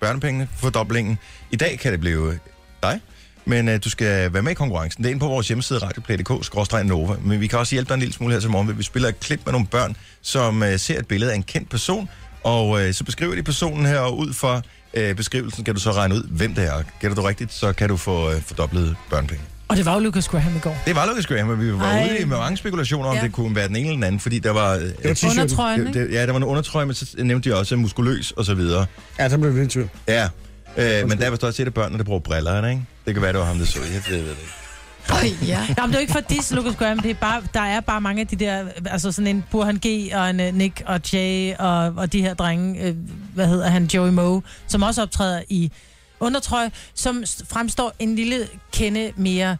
S1: børnepengene, fordoblingen. I dag kan det blive øh, dig, Men øh, du skal være med i konkurrencen. Det er inde på vores hjemmeside, radioplay.dk-nova. Men vi kan også hjælpe dig en lille smule her til morgen. Vi spiller et klip med nogle børn, som øh, ser et billede af en kendt person. Og øh, så beskriver de personen her, og ud fra øh, beskrivelsen kan du så regne ud, hvem det er. Og Gætter du rigtigt, så kan du få øh, fordoblet børnepenge.
S3: Og det var jo Lucas Graham i går.
S1: Det var Lucas Graham, men vi var
S3: Ej.
S1: ude i- med mange spekulationer, om ja.
S3: Ja.
S1: det kunne være den ene eller den anden, fordi der var... Øh, det
S2: t-shirten.
S3: Undertrøjen,
S1: det,
S3: ikke?
S1: det, ja, der var en undertrøje, men så nævnte de også øh, muskuløs og så videre.
S2: Ja, så blev vi lidt i tvivl.
S1: Ja, øh, men der var stort set børnene, der bruger briller, ikke? Det kan være, det var ham, der så. Jeg ved, jeg ved det ikke.
S4: Øj, ja.
S3: Nå, men det er jo ikke for dis, Lucas Graham. Det er bare, der er bare mange af de der, altså sådan en Burhan G og en øh, Nick og Jay og, og de her drenge, øh, hvad hedder han, Joey Moe, som også optræder i undertrøje, som s- fremstår en lille kende mere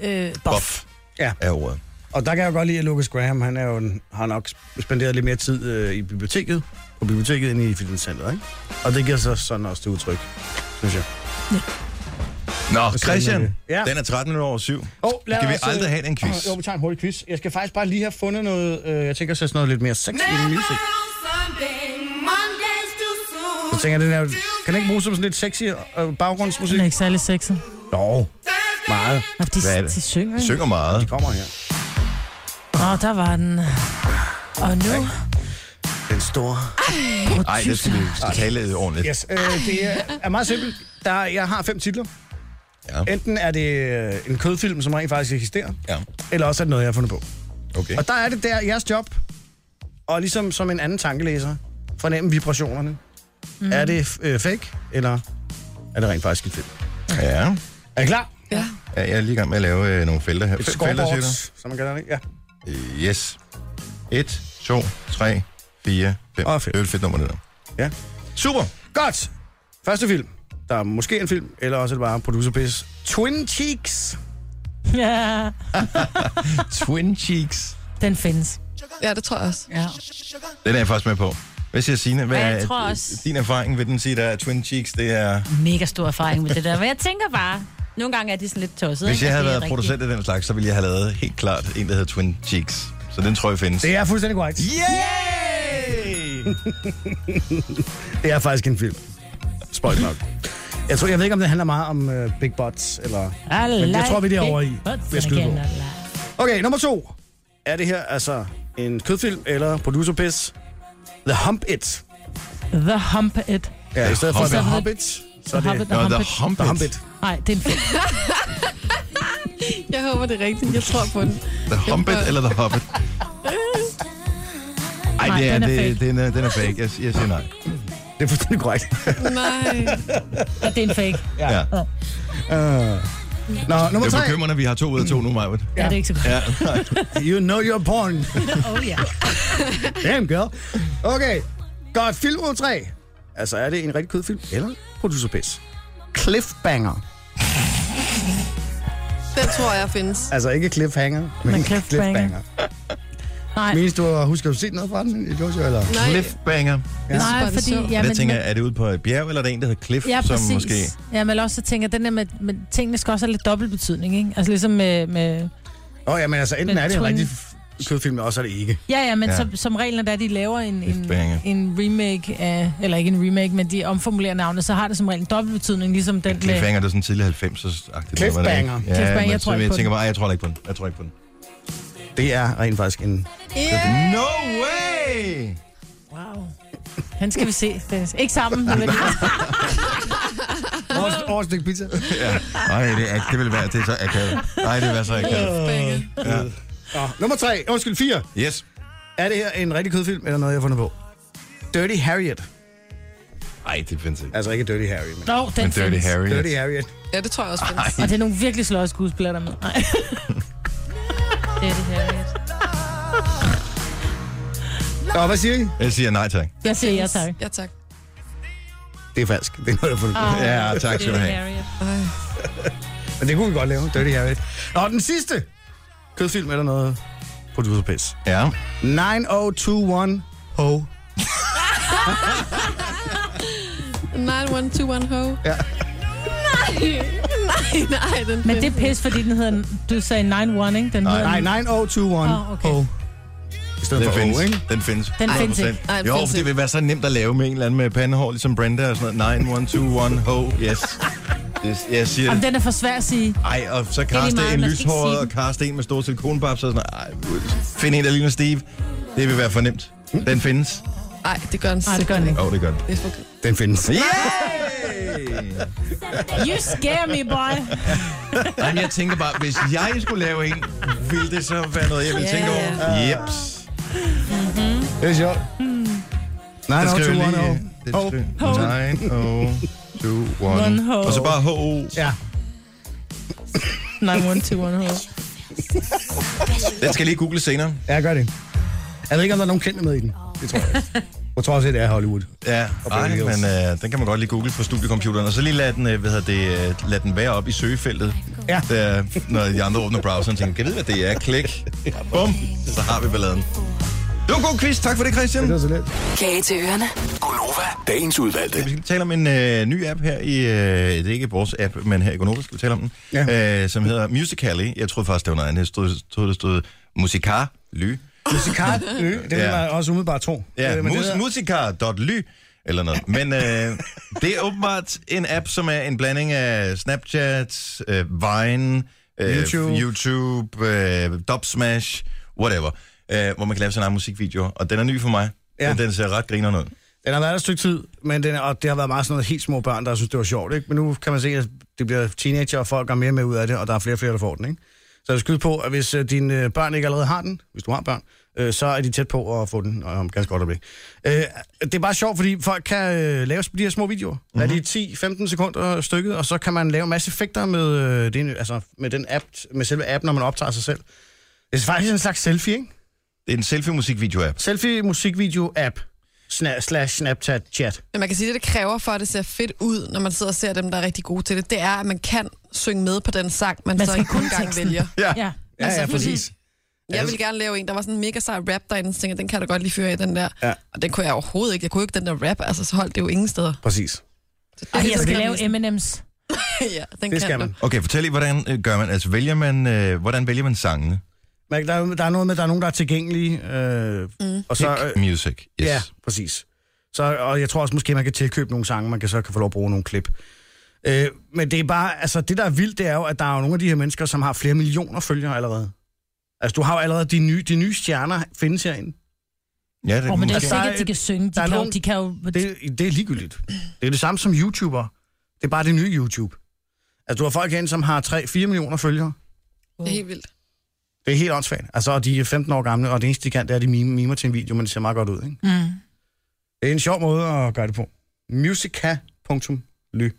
S3: øh, buff.
S1: Bof.
S2: Ja.
S1: Er ordet.
S2: Og der kan jeg jo godt lide, at Lucas Graham, han er jo, en- har nok spenderet lidt mere tid øh, i biblioteket, på biblioteket end i filmcenteret, ikke? Og det giver sig sådan også til udtryk, synes jeg.
S1: Nå,
S2: sådan er
S1: Christian,
S2: det. Ja.
S1: den er 13 minutter over syv.
S2: Oh,
S1: Skal vi aldrig have en quiz?
S2: Jo, vi tager en hurtig quiz. Jeg skal faktisk bare lige have fundet noget, øh, jeg tænker at sætte sådan noget lidt mere sex i min musik. Så tænker jeg, den er, kan den ikke bruges som sådan lidt sexy øh, baggrundsmusik?
S3: Den er ikke særlig sexet.
S2: Nå, meget.
S3: Og de,
S1: Hvad er det?
S3: de synger,
S1: Jeg
S3: ikke?
S1: synger meget.
S2: Kommer her.
S3: Nå, der var den. Og nu...
S2: Den store.
S1: Nej, det skal vi skal tale ordentligt.
S2: Yes, øh, det er, er meget simpelt. Der, er- jeg har fem titler.
S1: Ja.
S2: Enten er det øh, en kødfilm, som rent faktisk eksisterer,
S1: ja.
S2: eller også er det noget, jeg har fundet på.
S1: Okay.
S2: Og der er det der, jeres job, og ligesom som en anden tankelæser, fornemme vibrationerne. Mm. Er det øh, fake, eller er det rent faktisk en film?
S1: Ja.
S2: Er I klar?
S4: ja.
S1: ja. Jeg er lige i gang med at lave øh, nogle felter her.
S2: Et
S1: Fem felter,
S2: scoreboard,
S1: siger
S2: som man kalder det. Ja.
S1: du? Øh, Yes. 1, 2, 3, 4, 5.
S2: Og
S1: Det
S2: fem.
S1: er et fedt nummer, det der.
S2: ja.
S1: Super.
S2: Godt! Første film. Der er måske en film, eller også er det bare producerpis. Twin Cheeks.
S3: Ja,
S1: Twin Cheeks.
S3: den findes.
S4: ja, det tror jeg også.
S3: Ja.
S1: Den er jeg faktisk med på. Hvad siger Signe? Hvad
S5: Ja, jeg
S1: er
S5: tror
S1: øh,
S5: også-
S1: din erfaring vil den sige, der er Twin Cheeks? Det er...
S5: Mega stor erfaring med det der. Men jeg tænker bare, nogle gange er de sådan lidt tosset.
S1: Hvis
S5: ikke?
S1: jeg havde
S5: At det er
S1: været
S5: rigtigt.
S1: producent af den slags, så ville jeg have lavet helt klart en, der hedder Twin Cheeks. Så den tror jeg findes.
S2: Det er fuldstændig korrekt.
S1: Yay!
S2: Det er faktisk en film. Spøjt nok. Jeg, tror, jeg ved ikke, om det handler meget om øh, Big Butts, eller... Men jeg tror, vi er derovre i. Vil jeg skyde på. Okay, nummer to. Er det her altså en kødfilm eller producerpis? The Hump It.
S3: The Hump It.
S2: Ja, i stedet for
S1: Hump
S2: The
S1: It.
S2: Hobbit, så er
S3: The
S2: det
S3: Hump It.
S2: The
S3: The
S1: Nå, The
S3: Hump
S1: Humpet.
S3: It.
S2: Hump It.
S3: Nej, det er en film.
S4: Jeg håber, det er rigtigt. Jeg tror på den.
S1: The Humpet eller The Hobbit? Ej,
S3: Nej,
S1: det er,
S3: den er
S1: det,
S3: fake.
S1: den er, den er fake. Jeg, jeg siger nej.
S2: Det er fuldstændig korrekt.
S4: Nej.
S3: Ja, det er en fake.
S1: Ja. ja.
S2: Nå, nummer
S1: Det er
S2: tre.
S1: bekymrende, at vi har to ud af to nu, Majbert.
S3: Ja, det er ikke så godt.
S1: Ja,
S2: You know your porn.
S3: Oh, ja.
S2: Damn, girl. Okay, godt. Film nummer tre. Altså, er det en rigtig kødfilm eller producerpis? Cliffbanger.
S4: Den tror jeg findes.
S2: Altså, ikke cliffhanger, men,
S3: Men
S2: men
S3: cliffhanger.
S2: cliffhanger.
S3: Nej,
S2: Mindes du, husker du set noget fra den i Jojo, eller?
S4: Nej,
S1: cliffbanger.
S3: nej,
S4: bare, det
S3: fordi...
S4: så.
S3: Ja,
S1: Ja, jeg
S3: men,
S1: tænker, er det ude på et bjerg, eller er det en, der hedder Cliff,
S3: ja,
S1: som
S3: præcis.
S1: måske...
S3: Ja, men også så tænker jeg, den der med, med, tingene skal også have lidt dobbelt betydning, ikke? Altså ligesom med... med
S2: Åh, oh, ja, men altså, enten
S3: Men
S2: er det en
S3: Twin-
S2: rigtig f- kødfilm, eller også er det ikke.
S3: ja, ja, men
S1: Ja.
S3: ja. Som, som reglen er, at de laver en, en,
S1: Cliffhanger.
S3: en remake af... Eller ikke en remake, men de omformulerer navnet, så har det som regel en dobbelt betydning, ligesom den med...
S1: Cliffhanger, det er sådan tidlig 90'er-agtigt.
S2: Cliffbanger.
S1: Ja,
S3: Cliffbanger,
S1: men
S3: jeg tror
S1: så,
S3: ikke
S1: jeg
S3: på
S1: tænker
S3: den.
S1: bare, ej, jeg tror heller ikke på den. Jeg tror ikke på den.
S2: Det er rent faktisk en...
S1: No way!
S3: Wow. Han skal vi se. Dennis. Ikke sammen. men alligevel.
S2: Årets, årets stykke pizza.
S1: Ja. Ej, det, er, det ville være, det er så akavet. Nej, det vil være så akavet.
S2: Nå, nummer tre, undskyld, fire.
S1: Yes.
S2: Er det her en rigtig kødfilm, eller noget, jeg har fundet på? Dirty Harriet.
S1: Ej, det findes ikke.
S2: Altså ikke Dirty Harry, men
S3: Nå, den
S1: Men Dirty
S3: findes.
S1: Harry.
S2: Dirty Harriet.
S4: Ja, det tror jeg også findes.
S3: Og det er nogle virkelig sløje skuespillere, der er med. Nej.
S5: Det er det her. ikke?
S2: Nå, hvad siger I?
S1: Jeg siger nej tak.
S3: Jeg siger ja, tak.
S4: Ja, tak.
S2: Det er falsk. Det er noget, jeg har fundet på.
S1: Ja, tak
S5: Det
S1: skal
S5: er
S1: du
S5: det
S1: have.
S5: Harriet.
S2: Men det kunne vi godt lave, Dirty Harriet. Nå, den sidste kødfilm, eller noget producerpis.
S1: Ja.
S2: 9021 Ho.
S4: 9121 ho.
S2: Ja.
S4: Nej, nej, nej, den
S3: Men det
S4: findes
S3: er pis, fordi den hedder... Du sagde 9-1, ikke? Den hedder,
S2: Nej, 9021
S3: Åh, okay.
S2: Ho. I stedet
S1: Den
S2: for
S1: findes.
S2: Ho, ikke?
S1: Den findes.
S3: Den
S1: 100%.
S3: findes ikke.
S4: Ej, den
S1: jo,
S4: findes
S1: for det
S4: ikke.
S1: vil være så nemt at lave med en eller anden med pandehår, ligesom Brenda og sådan noget. 9, 1, 2, 1, ho, yes. Det, jeg siger
S3: Om
S1: det.
S3: den er for svær at sige.
S1: Ej, og så
S5: lige
S1: kaste
S5: meget,
S1: en
S5: man skal ikke
S1: lyshåret
S5: sige
S1: og
S5: den.
S1: kaste en med store silikonbabser og sådan noget. Ej, find en, der ligner Steve. Det vil være for nemt. Den findes.
S4: Nej, det gør den
S3: Nej, det gør den ikke.
S1: Åh, oh, det gør den.
S4: Det er for-
S2: Den findes.
S1: Yeah!
S3: You scare me, boy.
S1: Jamen, jeg tænker bare, hvis jeg skulle lave en, ville det så være noget, jeg ville
S4: Ja,
S1: tænke over? Jeps.
S2: Det er sjovt. Nej,
S1: Den
S2: no,
S1: skriver
S2: two, one,
S1: lige...
S2: oh.
S1: den
S2: Ho.
S1: skriver- Nine, oh, two,
S3: One,
S1: one.
S3: ho.
S1: Og så bare ho.
S2: Ja.
S3: 9121.
S1: Den skal lige google senere.
S2: Ja, gør det. Jeg ved ikke, om der er nogen kendte med i den. Det tror jeg ikke. Jeg tror også, det er Hollywood.
S1: Ja,
S2: Og
S1: nej,
S2: Beverly Hills.
S1: men øh, den kan man godt lige google på studiecomputeren, og så lige lade den, øh, hvad hedder det, øh, lad den være op i søgefeltet,
S2: Ja.
S1: der, når de andre åbner browseren, tænker, kan jeg vide, hvad det er? Klik. Bum, så har vi balladen. Det var en god quiz. Tak for det, Christian.
S2: Det er så lidt.
S7: Kage til ørerne.
S6: Gonova, dagens udvalgte.
S1: Vi skal tale om en øh, ny app her i, øh, det er ikke vores app, men her i Gonova skal vi tale om den, ja. øh, som hedder Musical.ly. Jeg troede faktisk, det var noget andet. Jeg troede, troede det stod Musical.ly.
S2: Musikart, ø, øh, det
S1: Ja.
S2: vil jeg også umiddelbart tro.
S1: Ja,
S2: Øh, men det
S1: mus-
S2: der-
S1: musica.ly eller noget. Men øh, det er åbenbart en app, som er en blanding af Snapchat, øh, Vine, øh,
S2: YouTube.
S1: YouTube øh, Dubsmash, whatever, øh, hvor man kan lave sine egne musikvideoer. Og den er ny for mig.
S2: Ja.
S1: Ja. Den, den ser ret griner ud.
S2: Den har været der et stykke tid, men den er, og det har været meget sådan noget helt små børn, der synes, det var sjovt. Ikke? Men nu kan man se, at det bliver teenager, og folk går mere med ud af det, og der er flere og flere, der får den. Ikke? Så jeg vil skyde på, at hvis øh, dine øh, børn ikke allerede har den, hvis du har børn, øh, så er de tæt på at få den og om ganske godt øjeblik. Øh, det er bare sjovt, fordi folk kan øh, lave de her små videoer. Mm-hmm. Er de 10-15 sekunder stykket, og så kan man lave en masse effekter med, øh, den, altså, med, den app, med selve appen, når man optager sig selv. Det er faktisk en slags selfie, ikke?
S1: Det er en selfie-musikvideo-app.
S2: Selfie-musikvideo-app sna- slash Snapchat-chat.
S4: Men man kan sige, at det, det kræver for, at det ser fedt ud, når man sidder og ser dem, der er rigtig gode til det, det er, at man kan synge med på den sang, man,
S3: Man
S4: man så
S3: skal
S4: ikke kun
S3: kunne
S4: gang
S3: teksten.
S4: vælger.
S3: Ja.
S2: Ja,
S4: Altså,
S2: ja, præcis.
S4: Jeg ville gerne lave en, der var sådan en mega sej rap derinde, så tænkte jeg, den kan jeg da godt lige føre i, den der.
S2: Ja.
S4: Og den kunne jeg overhovedet ikke. Jeg kunne ikke den der rap, altså så holdt det jo ingen steder.
S2: Præcis.
S4: Så det, er
S3: Ej, jeg
S4: ligesom
S3: skal
S4: den
S3: lave
S4: liste.
S3: M&M's.
S4: ja, den
S2: Det
S4: kan
S2: skal man.
S4: Du.
S1: Okay, fortæl lige, hvordan øh, gør man, altså vælger man, øh, hvordan vælger man sangene?
S2: Men der, er jo- der er noget med, der er nogen, der er tilgængelige. Øh, mm. Og så, øh,
S1: Music, yes.
S2: ja, præcis. Så, og jeg tror også, måske man kan tilkøbe nogle sange, man kan så kan få lov at bruge nogle klip. Øh, men det er bare, altså det der er vildt, det er jo, at der er jo nogle af de her mennesker, som har flere millioner følgere allerede. Altså du har jo allerede de nye, de nye stjerner findes herinde.
S1: Ja, det,
S3: Åh, men det
S1: måske.
S3: er
S2: Altså, der
S3: sikkert,
S2: er-
S3: de kan synge. De
S2: der er
S3: kan, jo,
S2: nogen-
S3: de kan jo...
S2: Det, det er ligegyldigt. Det er det samme som YouTuber. Det er bare det nye YouTube. Altså du har folk herinde, som har 3-4 millioner følgere.
S4: Det er helt vildt.
S2: Det er helt åndssvagt. Altså, og de er 15 år gamle, og det eneste, de kan, det er, at de mime- mimer til en video, men det ser meget godt ud, ikke? Mm. Det er en sjov måde at gøre det på. Musica.ly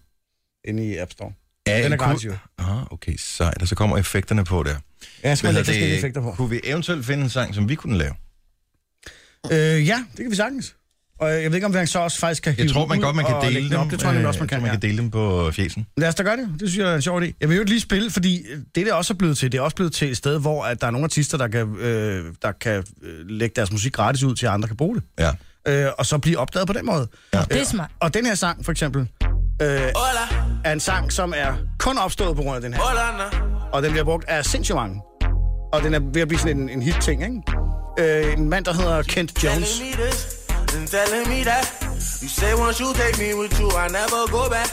S2: inde i App Store.
S1: Ja,
S2: Den er
S1: kunne-
S2: gratis, jo.
S1: Ah, okay, sejt. Og så kommer effekterne på der.
S2: Ja, så kan man lægge
S1: Hvad hedder
S2: forskellige
S1: det?
S2: effekter på.
S1: Kunne vi eventuelt finde en sang, som vi kunne lave?
S2: Øh, ja, det kan vi sagtens. Og øh, jeg ved ikke, om vi så også faktisk kan
S1: Jeg
S2: hive
S1: tror
S2: den
S1: man
S2: ud
S1: godt, man kan
S2: og
S1: dele
S2: lægge den
S1: dem. øh,
S2: op. Det tror jeg nemlig også, man kan.
S1: man kan
S2: ja.
S1: dele dem på øh, fjesen.
S2: Lad os da gøre det. Det synes jeg er en sjov idé. Jeg vil jo lige spille, fordi øh, det, det også er blevet til, det er også blevet til et sted, hvor at der er nogle artister, der kan, øh, der kan øh, lægge deres musik gratis ud til, at andre kan bruge det.
S1: Ja.
S2: Øh, og så blive opdaget på den måde.
S3: Det er smart.
S2: Og den her sang, for eksempel, øh,
S6: Hola,
S2: er en sang, som er kun opstået på grund af den her.
S6: hola, na.
S2: Og den bliver brugt af sindssygt mange. Og den er ved at blive sådan en, en hit-ting, ikke? Øh, en mand, der hedder Kent
S6: Telling
S2: Jones.
S6: me this, and telling me that. You say once you take me with you, I never go back.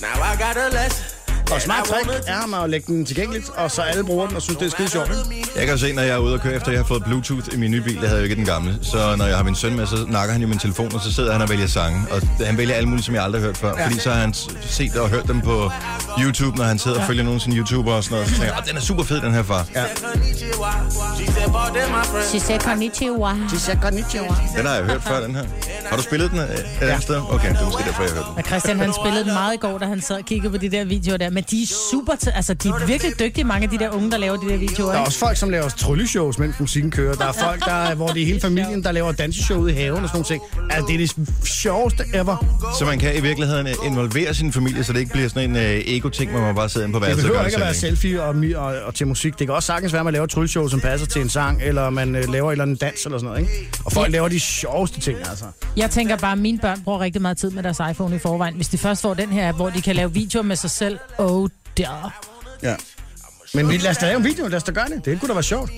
S6: Now I got a lesson.
S2: Og smart trick er ham at lægge den tilgængeligt, og så alle bruger den og synes, det er skide sjovt. ikke?
S1: Jeg kan jo se, når jeg er ude og køre efter, jeg har fået Bluetooth i min nye bil, jeg havde jo ikke den gamle. Så når jeg har min søn med, så nakker han jo min telefon, og så sidder han og vælger sange. Og han vælger alle mulige, som jeg aldrig har hørt før. Fordi så har han s- set og hørt dem på YouTube, når han sidder og følger nogle af sine YouTuber og sådan noget. Så tænker jeg, "Åh, den er super fed, den her far. Ja.
S6: Konnichiwa. She said, "Bought them, my friend."
S5: She said konnichiwa.
S1: Den har jeg hørt før, den her. Har du spillet den øh, et eller andet sted? Okay, det er måske derfor, jeg har hørt den.
S3: Og Christian, han spillede den meget i går, da han sad og kiggede på de der videoer der. Men de er super... T- altså, de er virkelig dygtige, mange af de der unge, der laver de der videoer.
S2: Der er
S3: Ikke?
S2: også folk, som laver trylleshows, mens musikken kører. Der er folk, der, hvor det er hele familien, der laver danseshow ude i haven og sådan noget. ting. Altså, det er det sjoveste ever.
S1: Så man kan i virkeligheden øh, involvere sin familie, så det ikke bliver sådan en øh, ego-ting, hvor man bare sidder inde på
S2: Altså, Det
S1: værelset og Altså, gør
S2: behøver
S1: det
S2: ikke at være
S1: selv, ikke?
S2: selfie og, mi- og, og til musik. Det kan også sagtens være, at man laver et trylleshow, som passer til en sang, eller man øh, laver et eller andet dans eller sådan noget. Ikke? Og folk laver de sjoveste ting, altså.
S3: Jeg tænker bare, at mine børn bruger rigtig meget tid med deres iPhone i forvejen. Hvis de først får den her app, hvor de kan lave videoer med sig selv. Oh, der.
S2: Ja. Men vi, lad os da lave en video, lad os da gøre det. Det kunne da være sjovt.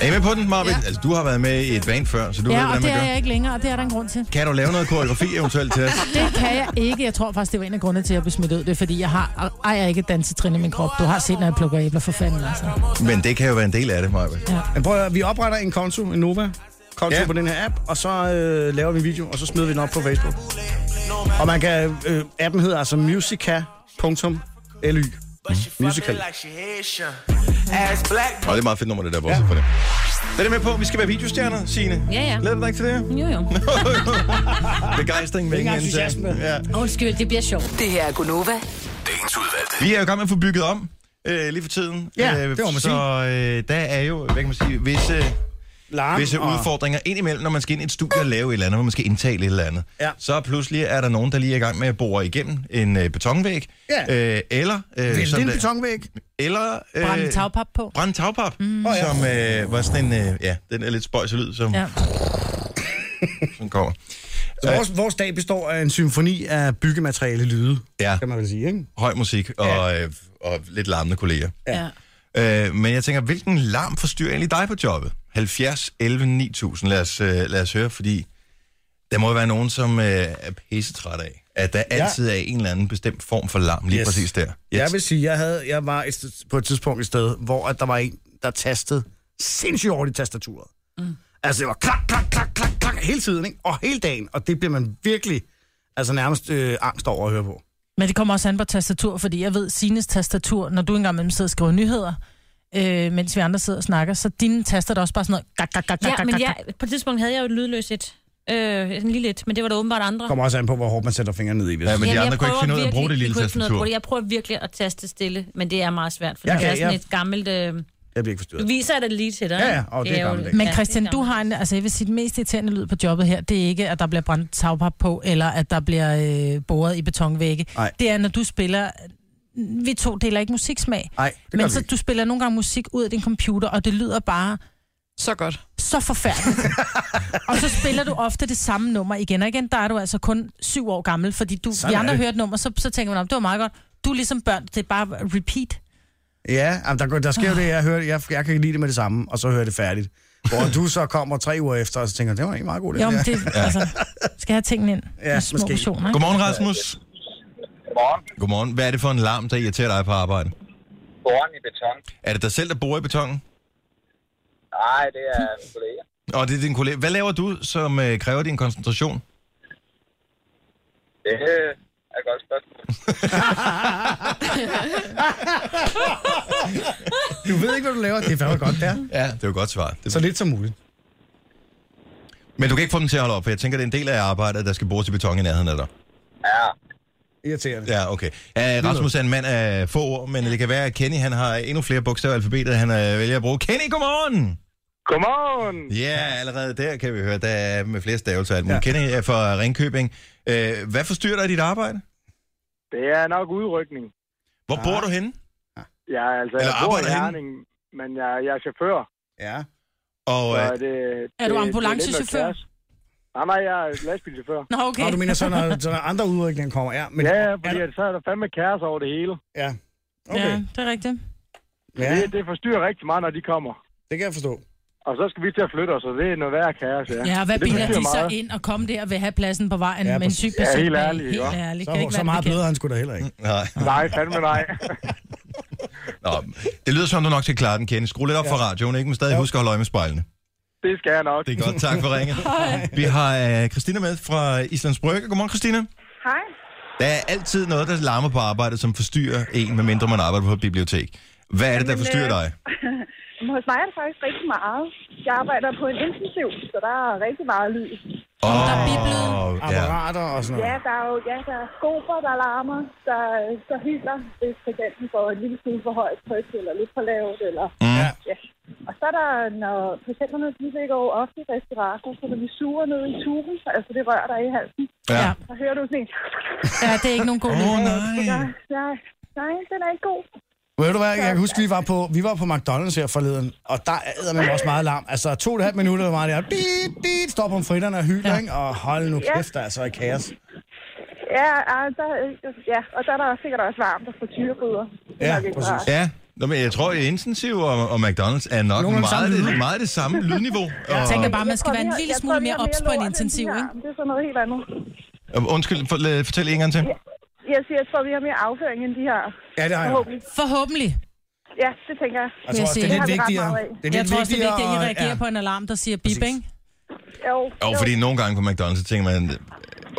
S1: Er I med på den, Marvin?
S4: Ja.
S1: Altså, du har været med i et band før, så du ved,
S3: Ja, og
S1: hvordan
S3: det
S1: man
S3: er
S1: gør.
S3: jeg ikke længere, og det er der en grund til.
S1: Kan du lave noget koreografi eventuelt til os?
S3: Det kan jeg ikke. Jeg tror faktisk, det var en af grundene til, at jeg blev smidt ud. Det er, fordi jeg har, ejer ikke dansetrin i min krop. Du har set, når jeg plukker æbler for fanden, altså.
S1: Men det kan jo være en del af det, Marvin.
S2: Men prøv at, høre, vi opretter en konto, en Nova konto
S1: Ja.
S2: ja. på den her app, og så øh, laver vi en video, og så smider vi den op på Facebook. Og man kan, øh, appen hedder altså musica.ly. Musical.
S6: Ass black,
S1: Og det er meget fedt nummer, det der, bortset ja. for det. Er det med på, at vi skal være videostjerner, Signe?
S5: Ja, ja.
S1: Lad dig ikke til det her.
S5: Jo, jo.
S1: Begejstring med ingen
S2: entusiasme.
S1: ende. Ja.
S5: Undskyld, det bliver sjovt.
S7: Det her er Gunova.
S1: Vi er jo i gang med at få bygget om øh, lige for tiden.
S2: Ja, det må man
S1: så, øh, der er jo, hvad kan man sige, øh, visse,
S2: Larm
S1: visse
S2: og-
S1: udfordringer indimellem, når man skal ind i et studie og lave et eller andet, hvor man skal indtale et eller andet.
S2: Ja.
S1: Så pludselig er der nogen, der lige er i gang med at bore igennem en øh, betonvæg.
S2: Ja.
S1: Øh, eller, øh,
S2: Vælte
S1: som
S2: en
S1: det-
S2: betonvæg.
S1: eller øh,
S3: Brænde tagpap på.
S1: brændt tagpap, mm.
S2: Åh, ja.
S1: som øh, var sådan en, øh, ja, den er lidt spøjs lyd, som, ja.
S3: Ja.
S1: som kommer.
S2: Så vores, vores dag består af en symfoni af byggemateriale lyde,
S1: Ja.
S2: kan man vel sige, ikke?
S1: Høj musik og, ja. øh, og lidt larmende kolleger.
S5: Ja.
S1: Øh, men jeg tænker, hvilken larm forstyrrer egentlig dig på jobbet? 70, 11, 9000. Lad os, øh, lad os høre, fordi der må jo være nogen, som øh, er pissetræt af, at der
S2: Ja.
S1: altid er en eller anden bestemt form for larm lige yes.
S2: Yes.
S1: præcis der. Yes.
S2: Jeg vil sige, jeg, havde, jeg var et, st- på et tidspunkt et sted, hvor at der var en, der tastede sindssygt hurtigt i tastaturet. Mm. Altså, det var klak, klak, klak, klak, klak, hele tiden, ikke? Og hele dagen. Og det bliver man virkelig, altså nærmest øh, angst over at høre på.
S3: Men det kommer også an på tastatur, fordi jeg ved, Sines tastatur, når du engang mellem sidder og skriver nyheder, øh, mens vi andre sidder og snakker, så dine taster er da også bare sådan noget... Gak, gak, gak, gak,
S5: Ja,
S3: gak,
S5: men
S3: gak,
S5: jeg,
S3: gak.
S5: på et tidspunkt havde jeg jo et lydløs et. Øh, en lille et, men det var der åbenbart andre.
S2: Kommer også an på, hvor hårdt man sætter fingrene ned i. Hvis.
S1: Ja, men de
S5: jeg
S1: andre kunne ikke
S5: prøver
S1: finde ud af at bruge det
S5: virkelig-
S1: lille
S5: de kunne ikke finde ud af at
S1: tastatur.
S5: bruge det. Jeg prøver virkelig at taste stille, men det er meget svært, for
S2: Jeg
S5: det
S2: kan-
S5: er sådan
S2: jeg-
S5: et gammelt... Øh,
S2: Jeg bliver ikke
S5: du
S2: forstyrret.
S5: viser det lige til dig.
S2: Ja, ja,
S5: ikke?
S2: og det er
S5: jo-
S2: gammeldags.
S3: Men
S5: Ja,
S3: Christian,
S5: det er
S3: du har en, altså jeg vil sige, den mest irriterende lyd på jobbet her, det er ikke, at der bliver brændt tagpap på, eller at der bliver øh, boret i betonvægge.
S2: Nej.
S3: Det er, når du spiller... Vi to deler ikke musiksmag.
S2: Nej, det gør
S3: Men
S2: vi
S3: så
S2: ikke.
S3: du spiller nogle gange musik ud af din computer, og det lyder bare
S4: Så godt.
S3: så forfærdeligt. og så spiller du ofte det samme nummer igen og igen. Der er du altså kun syv år gammel, fordi du,
S2: Sådan
S3: vi
S2: er
S3: andre
S2: det.
S3: hører et nummer, så, så tænker man, "Nå, det var meget godt. Du er ligesom børn, det er bare repeat.
S2: Ja, jamen, der, går- der sker jo
S3: Ah.
S2: det, jeg, hører, jeg, jeg kan lide det med det samme, og så hører jeg det færdigt. Hvor du så kommer tre uger efter, og så tænker, det var ikke meget godt.
S3: Jo, men det, altså, skal jeg have tingene ind?
S2: Ja,
S3: Ja, små
S2: måske.
S3: måske. Portioner, ikke?
S1: Godmorgen, Rasmus.
S8: Godmorgen.
S1: Godmorgen. Hvad er det for en larm, der irriterer dig på arbejde?
S8: Boren i beton.
S1: Er det dig selv, der bor i betongen?
S8: Nej, det er min kollega.
S1: Og det er din kollega. Hvad laver du, som øh, kræver din koncentration?
S8: Det øh, er et godt spørgsmål.
S2: Du ved ikke, hvad du laver. Det er fandme godt, der.
S1: Ja. Det er jo godt svar. Det...
S2: Så lidt som muligt.
S1: Men du kan ikke få dem til at holde op, for jeg tænker, det er en del af arbejdet, der skal bruges i beton i nærheden af dig.
S8: Ja,
S2: Irriterende. Ja.
S1: Ja, okay. Uh, Rasmus er en mand af få ord, men det kan være, at Kenny han har endnu flere bogstaver i alfabetet, han uh, vælger at bruge. Kenny, godmorgen!
S8: Godmorgen!
S1: Ja, yeah, allerede der kan vi høre, der er med flere stavelser og alt muligt. Ja. Kenny er fra Ringkøbing. Uh, hvad forstyrrer dig i dit arbejde?
S8: Det er nok udrykning.
S1: Hvor bor du henne?
S8: Jeg, er altså,
S1: Eller
S8: jeg bor
S1: arbejder
S8: i
S1: henne?
S8: Herning, men jeg, jeg er chauffør.
S2: ja.
S1: Og
S8: Så
S1: uh,
S8: det,
S3: Er du ambulancechauffør?
S8: Det er lidt noget klasse. nej, nej, jeg er lastbilchauffør.
S3: Nå, okay.
S2: Nå, du mener så, når, så når andre udrykninger kommer. Ja, men,
S8: Ja, ja, fordi
S2: er
S8: at, så er der fandme kaos over det hele.
S2: der- ja.
S3: Ja,
S2: Okay,
S3: det er rigtigt.
S2: ja.
S8: Det, det forstyrrer rigtig meget, når de kommer.
S2: det kan jeg forstå.
S8: Og så skal vi til at flytte os, og det er noget værre kaos, ja.
S3: Ja, hvad
S8: det
S3: biler de
S8: betyder
S3: så
S8: meget.
S3: ind og komme der og vil have pladsen på vejen
S2: Ja,
S3: ja, med en
S2: præcis.
S3: syg
S8: Ja,
S3: patient?
S8: helt
S3: bag?
S8: ærligt, ikke?
S3: Helt ærligt.
S2: Så,
S3: Kan ikke
S2: så
S3: være
S2: meget
S3: bekendt.
S2: bløder han skulle da heller ikke.
S1: nej.
S8: Nej, fandme nej.
S1: Nå, det lyder som, du nok skal klare den, Kenny. Skru lidt op ja. for radioen, ikke? Men stadig ja. husk at holde øje med spejlene.
S8: det skal jeg nok.
S1: Det er godt. Tak for ringet. Vi har uh, Christina med fra Islands Brygge. Godmorgen, Christina.
S9: Hej.
S1: Der er altid noget, der larmer på arbejdet, som forstyrrer en, medmindre man arbejder på et bibliotek. Hvad er det, der
S9: Jamen,
S1: forstyrrer
S9: øh,
S1: dig?
S9: Jamen, Hos mig er det faktisk rigtig meget. Jeg arbejder på en intensiv, så der er rigtig meget lyd.
S1: Åh,
S3: Der er biblet.
S2: Mm.
S1: ja.
S2: Apparater og sådan
S9: Ja,
S2: noget.
S9: der er jo ja, der er skober, der larmer, der, der hylder, hvis patienten får en lille smule for højt tryk, eller lidt for lavt, eller...
S2: Ja.
S9: Ja. Og så er der, når patienterne de ligger jo ofte i respirator, så når de suger ned i tuben, altså det rør, der er i halsen,
S1: Ja.
S3: Ja.
S9: så hører du sådan en...
S3: ja, det er ikke nogen god lyd.
S1: Åh,
S9: Ja,
S1: nej.
S9: ja, nej, den er ikke god.
S2: Ved du hvad, jeg kan huske, vi var på, vi var på McDonald's her forleden, og der æder man også meget larm. Altså, to og et halvt minutter, hvor meget det er. Dit, dit, står på fritterne og hylder,
S3: Ja.
S2: ikke? Og hold nu
S9: Ja.
S2: kæft, der er så et kaos.
S9: Ja, ja, der, ja, og der er der sikkert også varmt og frityrebryder. Det er
S2: Ja,
S9: nok ikke
S2: præcis.
S9: rart.
S1: Ja, Nå, men jeg tror, at intensiv og, og McDonald's er nok
S2: Nogle af de
S1: meget
S2: samme
S1: det,
S2: lyde.
S1: meget det samme lydniveau.
S3: Jeg tænker bare, man
S9: Jeg
S3: skal
S9: tror,
S3: være en
S9: vi har-
S3: lille
S9: jeg
S3: smule
S9: tror, vi
S3: mere
S9: har
S3: ops på en
S9: lort end de
S3: intensiv,
S9: her.
S5: Mm.
S3: ikke?
S9: Det er sådan noget helt andet.
S1: Og, undskyld, for, lad, fortæl en gang til.
S9: Jeg siger, jeg tror, vi har mere afføring end de her.
S2: Ja, det har jeg.
S9: Forhåbentlig.
S3: Forhåbentlig.
S9: Ja, det tænker jeg.
S2: Jeg tror også,
S3: sige.
S2: det er
S3: Det har
S2: lidt
S9: vi ret
S2: vigtigere.
S9: meget af.
S2: Det er
S3: Jeg
S2: lidt
S3: tror også, det er
S2: vigtigere
S3: vigtigt, at I
S2: og-
S3: reagerer
S2: ja.
S3: på en alarm, der siger bip,
S2: Præcis.
S3: ikke?
S9: Jo,
S1: Jo, fordi nogle gange på McDonald's, så tænker man,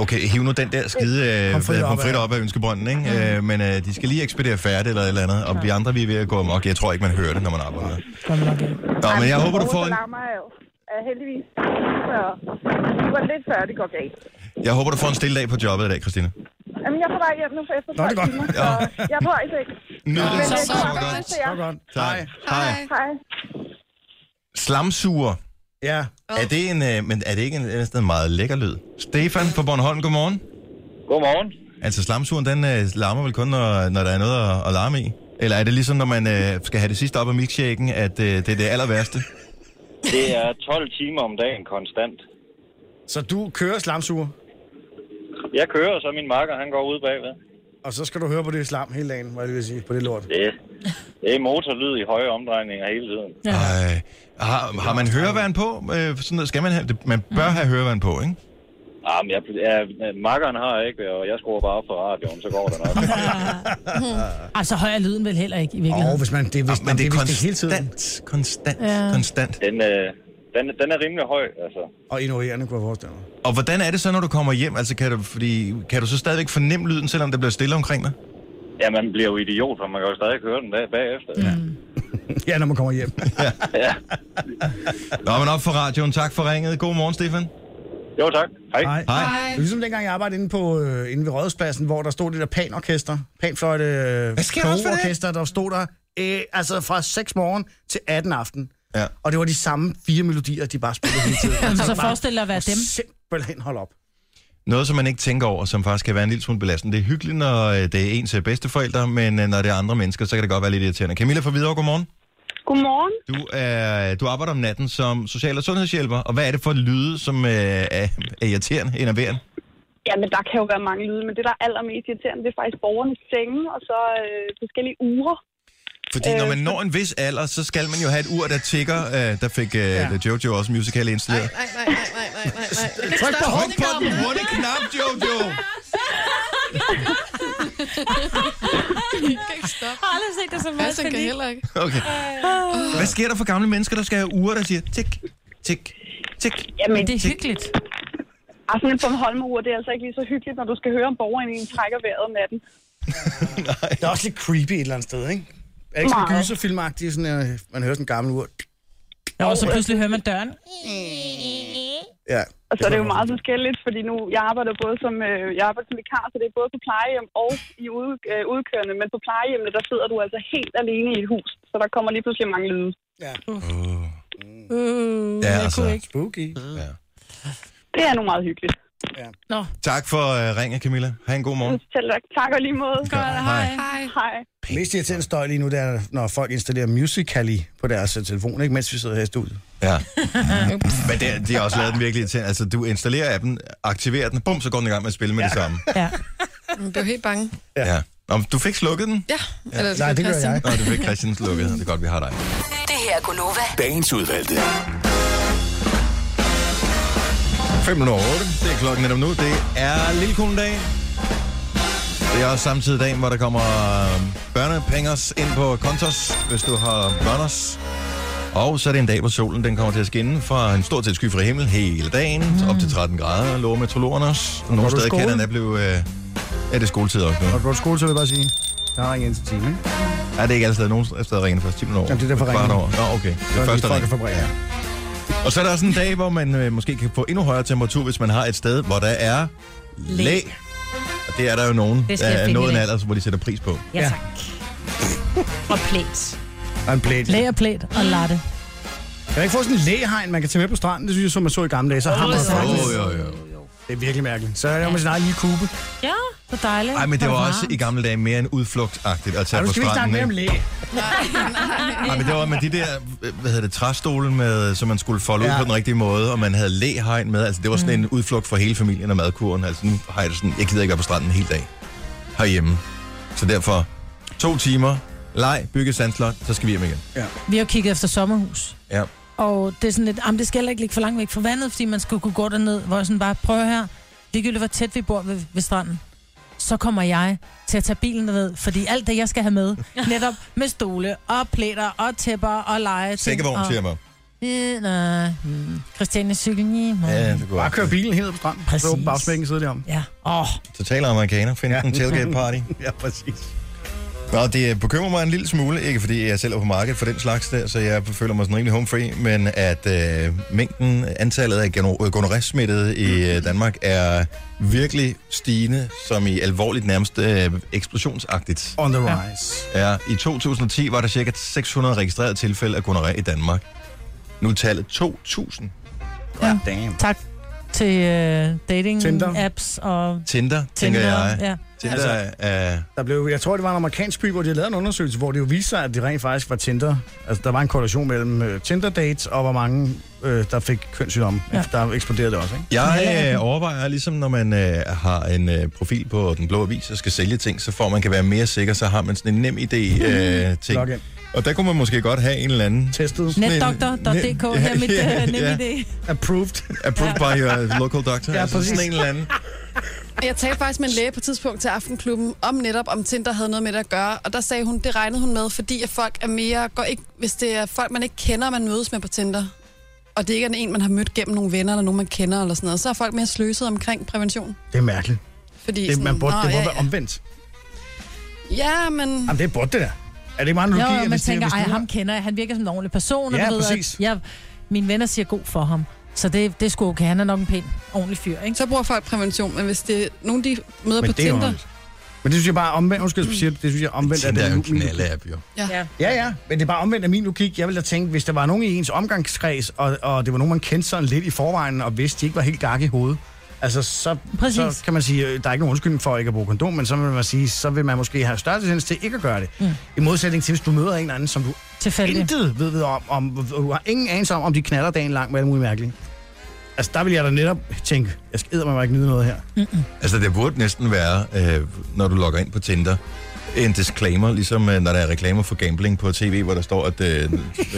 S1: okay, hiv nu den der skide øh,
S2: Pomfrit op
S1: pomfrit
S2: af-
S1: op af ønskebrønden, ikke? Øh, men øh, de skal lige ekspedere færdigt eller et eller andet, og vi andre, vi er ved at gå amok. Jeg tror ikke, man hører det, når man arbejder.
S3: Kommer nok ind.
S1: Nå, men jeg håber, du får en,
S9: alarmer er jo er heldigvis. Så det var lidt før, det går galt.
S1: jeg håber, du får en stille dag på jobbet i dag, Christina.
S9: Jamen, jeg er på vej hjem nu for efter
S2: Nå, det er
S9: 12
S2: godt.
S9: timer,
S1: Ja.
S9: så jeg er på vej i seng.
S1: Nyd
S9: Men
S1: det.
S9: øh,
S1: Så
S9: det var godt til jer.
S2: Så godt.
S1: Tak.
S2: Hej.
S1: Hej.
S9: Hej.
S1: Slamsuger.
S2: Ja.
S1: Er det, en, øh, men er det ikke en, en en meget lækker lyd? Stefan på Bornholm, godmorgen.
S8: Godmorgen.
S1: Altså slamsuren, den øh, larmer vel kun, når, når der er noget at, at larme i? Eller er det ligesom, når man øh, skal have det sidste op af milkshaken, at øh, det er det aller værste?
S8: Det er 12 timer om dagen konstant.
S2: Så du kører slamsuger,
S8: Jeg kører, og så min marker, han går ud bagved.
S2: og så skal du høre på det slam hele dagen, hvad jeg lige vil sige, på det lort.
S8: Det, det er motorlyd i høje omdrejninger hele tiden.
S1: Ja. Ej, har, har man høreværn på? Øh, sådan noget, skal man have, det, man bør have høreværn på, ikke?
S8: Jamen, Ah, jeg, jeg, makkeren har ikke, og jeg skruer bare op for radioen, så går det nok.
S3: Altså, høj er lyden vel heller ikke i
S2: Åh,
S3: virkeligheden.
S2: oh, hvis man, det, er hvis,
S1: Ah, Men det er
S2: hvis det hele tiden.
S1: konstant, konstant,
S3: Ja.
S1: konstant.
S8: Den, øh, den, den er rimelig høj, altså.
S2: Og ignorerende, kunne jeg forestille mig.
S1: Og hvordan er det så, når du kommer hjem? Altså, kan du, fordi, kan du så stadigvæk fornemme lyden, selvom det bliver stille omkring dig?
S8: Ja, man bliver jo idiot, for man kan jo stadig høre den bag, bagefter. Ja.
S2: Ja, når man kommer hjem.
S1: Nå, men op for radioen. Tak for ringet. God morgen, Stefan.
S8: Jo, tak. Hej.
S2: Nej.
S1: Hej.
S2: Det er ligesom dengang, jeg arbejdede inde, på, øh, inde ved Rådhuspladsen, hvor der stod det der panorkester, panfløjte, øh,
S1: Hvad sker der også for det?
S2: orkester, der stod der øh, altså fra 6 morgen til 18 aften.
S1: Ja. Altså,
S2: Og det var de samme fire melodier, de bare spillede hele tiden. Jeg
S3: Så
S2: tænkte bare,
S3: forestil dig at være dem.
S2: Simpelthen hold op.
S1: Noget, som man ikke tænker over, som faktisk kan være en lille smule belastende. Det er hyggeligt, når øh, det er ens øh, bedsteforældre, men øh, når det er andre mennesker, så kan det godt være lidt irriterende. Camilla fra Hvidovre, godmorgen.
S9: Godmorgen.
S1: Du, er, du arbejder om natten som social- og sundhedshjælper, og hvad er det for lyde, som øh, er, er irriterende, enerverende?
S9: Jamen, der kan jo være mange lyde, men det, der er allermest irriterende, det er faktisk borgernes senge, og så øh, forskellige uger.
S1: Fordi når man når en vis alder, så skal man jo have et ur, der tigger. Øh, der fik øh, ja. Jojo også musical installeret.
S4: Nej, nej, nej, nej, nej, nej, nej.
S2: Tryk på
S1: Tryk på den runde knap, Jojo!
S4: Jeg kan ikke stoppe.
S5: Jeg har aldrig set dig så
S4: Jeg
S5: meget
S4: tænker
S5: panik.
S4: heller ikke.
S1: Okay. Hvad sker der for gamle mennesker, der skal have ure, der siger tik, tik, tik?
S9: Jamen,
S3: Men det er hyggeligt.
S9: altså, sådan en Bornholmer-ur, det er altså ikke lige så hyggeligt, når du skal høre, om borgeren i en trækker vejret om natten.
S2: Det er også lidt creepy et eller andet sted, ikke? Er det ikke sådan
S9: Meget.
S2: gyserfilmagtigt, sådan, øh, man hører sådan en gammel ur?
S3: Ja, og så pludselig hører man døren.
S2: Ja.
S9: Og så er det jo meget forskelligt, fordi nu, jeg arbejder både som, øh, jeg arbejder som vikar, så det er både på plejehjem og i ude, øh, udkørende, men på plejehjemmene, der sidder du altså helt alene i et hus, så der kommer lige pludselig mange lyde.
S3: Uh,
S1: Ja,
S3: jeg
S1: altså.
S3: kunne ikke.
S2: Spooky.
S9: Det er nu meget hyggeligt.
S1: Tak for øh, ringen, Camilla. Ha' en god morgen.
S9: Selv tak. tak og lige måde.
S1: Godt, hej.
S4: Hej.
S9: Hej.
S2: Mest irriterende støj lige nu, det er, når folk installerer Musical.ly på deres øh, telefon, ikke? Mens vi sidder her i studiet.
S1: Ja. Men det, de har også lavet den virkelig til. Altså, du installerer appen, aktiverer den, bum, så går den i gang med at spille med ja. det samme.
S3: Ja.
S4: Jeg blev helt bange.
S1: Ja. Nå, men du fik slukket den?
S4: Ja. Eller,
S2: Nej, det gør
S4: Christian.
S2: jeg.
S1: Nå, du fik Christian slukket. Det er godt, vi har dig.
S7: Det her er Gunova.
S6: Dagens udvalgte.
S1: 5 minutter over otte. Det er klokken netop nu. Det er lille kundedag. Det er også samtidig dagen, hvor der kommer øhm, børnepengers ind på kontos, hvis du har børners. Og så er det en dag, hvor solen den kommer til at skinne fra en stort set skyfri himmel hele dagen, mm. op til 13 grader, lover meteorologerne os. Nogle
S2: du i
S1: steder kan
S2: skole?
S1: den er blevet... Øh, er det skoletid også nu?
S2: Når du går til skole, så vil jeg bare sige, der har ingen til time, ikke?
S1: Ja, det er ikke alle steder. Nogle steder ringer det først 10 minutter over.
S2: Jamen, det er derfor,
S1: Kvart
S2: ringer.
S1: over. Nå, okay. Det er første ring.
S2: Ja.
S1: Og så er der også en dag, hvor man øh, måske kan få endnu højere temperatur, hvis man har et sted, hvor der er læ. Og det er der jo nogen,
S5: Det
S1: der
S5: skal jeg
S1: er
S5: finde
S1: nået en
S5: i dag.
S1: alder, hvor de sætter pris på.
S5: Ja, tak. Og plæt.
S2: Og en plæt.
S3: Læg og plæt og latte.
S2: Kan man ikke få sådan en læhegn, man kan tage med på stranden? Det synes jeg, som man så i gamle dage. Så har man
S1: Åh,
S2: faktisk.
S1: oh, jo, jo.
S2: Det er virkelig mærkeligt. Så er jeg med sin egen lille kube.
S5: Ja.
S3: Så dejligt.
S1: Ej, men det
S3: Hvor
S1: var
S3: varmt.
S1: også i gamle dage mere en udflugtagtigt at
S2: Ej,
S1: tage
S2: nu
S1: på
S2: skal vi ikke snakke
S1: stranden.
S2: mere om
S1: ikke?
S2: læ.
S1: Ej, men det var med de der, øh, hvad hedder det, træstole, med, øh, som man skulle folde ud
S2: Ja.
S1: på den rigtige måde, og man havde læhegn med. Altså, det var sådan en udflugt for hele familien og madkuren. Altså, nu har jeg det sådan, jeg gider ikke være på stranden en hel dag herhjemme. Så derfor, to timer Leg, bygge sandslot, så skal vi hjem igen.
S3: Vi har jo kigget efter sommerhus.
S1: Ja.
S3: Og det er sådan lidt, jamen, det skal heller ikke ligge for langt væk fra vandet, fordi man skulle kunne gå derned, hvor jeg sådan bare, prøv her, ligegyldigt hvor tæt vi bor ved, ved stranden, så kommer jeg til at tage bilen derned, fordi alt det, jeg skal have med, netop med stole og plæter og tæpper og leje.
S1: Sækkevogn, siger jeg mig.
S3: mig. Hmm. Christiane cykel.
S1: Ja,
S3: Ja.
S1: det går.
S2: Bare køre bilen helt på stranden.
S3: Præcis.
S2: Så åbne bagsmækken sidder derom.
S3: ja. Oh,
S1: Totale amerikaner. Find ja. en tailgate party.
S2: Ja, præcis.
S1: Nå, det øh, bekymrer mig en lille smule, ikke fordi jeg selv er på markedet for den slags der, så jeg føler mig sådan rimelig home free, men at øh, mængden, antallet af gono- øh, gonorrhé-smittede i øh, Danmark er virkelig stigende, som i alvorligt nærmest øh, eksplosionsagtigt.
S2: On the rise.
S1: Ja, I 2010 var der cirka 600 registrerede tilfælde af gonorré i Danmark. Nu er tallet 2.000.
S3: Ja.
S2: Damn.
S3: tak til uh, dating-apps
S2: Tinder.
S3: og
S1: Tinder, tænker
S3: Tinder.
S1: jeg.
S3: Ja.
S1: Tinder
S2: Altså-
S1: er...
S2: Der blev, jeg tror, det var en amerikansk by, hvor de lavede en undersøgelse, hvor det jo viste sig, at det rent faktisk var Tinder. Altså, der var en korrelation mellem øh, Tinder-dates og hvor mange, øh, der fik kønssygdomme. Ja.
S3: Ja.
S2: Der eksploderede det også, ikke?
S1: Jeg øh, overvejer, ligesom når man øh, har en øh, profil på Den Blå Avis og skal sælge ting, så får man kan være mere sikker, så har man sådan en nem idé øh, ting.
S2: Log in.
S1: Og der kunne man måske godt have en eller anden
S2: Testet.
S1: Net-
S3: Netdoktor.dk,
S1: Ja,
S3: her er mit
S1: ja,
S3: uh,
S1: ja.
S3: nemme idé.
S2: Approved.
S1: approved by your local doctor,
S2: Ja,
S1: ja, altså sådan
S2: præcis.
S1: en eller anden.
S4: Jeg talte faktisk med en læge på et tidspunkt til Aftenklubben om netop, om Tinder havde noget med det at gøre. Og der sagde hun, det regnede hun med, fordi at folk er mere... Går ikke, hvis det er folk, man ikke kender, man mødes med på Tinder, og det ikke er en, man har mødt gennem nogle venner eller nogen, man kender eller sådan noget, så er folk mere sløset omkring prævention.
S2: Det er mærkeligt.
S4: Fordi
S2: Det, man burde,
S4: "Nå,
S2: det burde
S4: ja,
S2: være omvendt.
S4: ja. ja, men...
S2: Jamen, det burde det der. Er det ikke meget analogi?
S3: Jo,
S2: at
S3: man
S2: hvis det-
S3: tænker,
S2: hvis det
S3: ej,
S2: var-
S3: ham kender jeg. Han virker som en ordentlig person. og
S2: Ja,
S3: du ved, at
S2: præcis.
S3: Jeg, mine venner siger god for ham. Så det, det er sgu okay. Han er nok en pæn, ordentlig fyr, ikke?
S4: Så bruger folk prævention, men hvis det er nogen, de møder
S2: Men
S4: på
S2: det er jo
S4: Tinder...
S2: underligt. Men det synes jeg bare er omvendt, undskyld, jeg siger det, det synes jeg er omvendt. af
S1: Tinder er jo
S2: den-
S1: en
S2: min-
S1: knalde-app, jo.
S2: Ja, ja, men det er bare omvendt af min logik. Jeg ville da tænke, hvis der var nogen i ens omgangskreds, og, og det var nogen, man kendte sådan lidt i forvejen, og vidste, de ikke var helt gak i hovedet, altså så,
S3: Præcis.
S2: så kan man sige, øh, der er ikke nogen undskyldning for ikke at bruge kondom, men så vil man sige, så vil man måske have større tendens til ikke at gøre det. Mm. I modsætning til, hvis du møder en eller anden, som du
S3: Tilfældigt.
S2: intet ved, ved om, om, du har ingen anelse om, om de knaller dagen lang med alt muligt mærkeligt. Altså, der vil jeg da netop tænke, jeg skal mig ikke nyde noget her.
S1: Altså, det burde næsten være, øh, når du logger ind på Tinder, en disclaimer, ligesom øh, når der er reklamer for gambling på tv, hvor der står, at øh,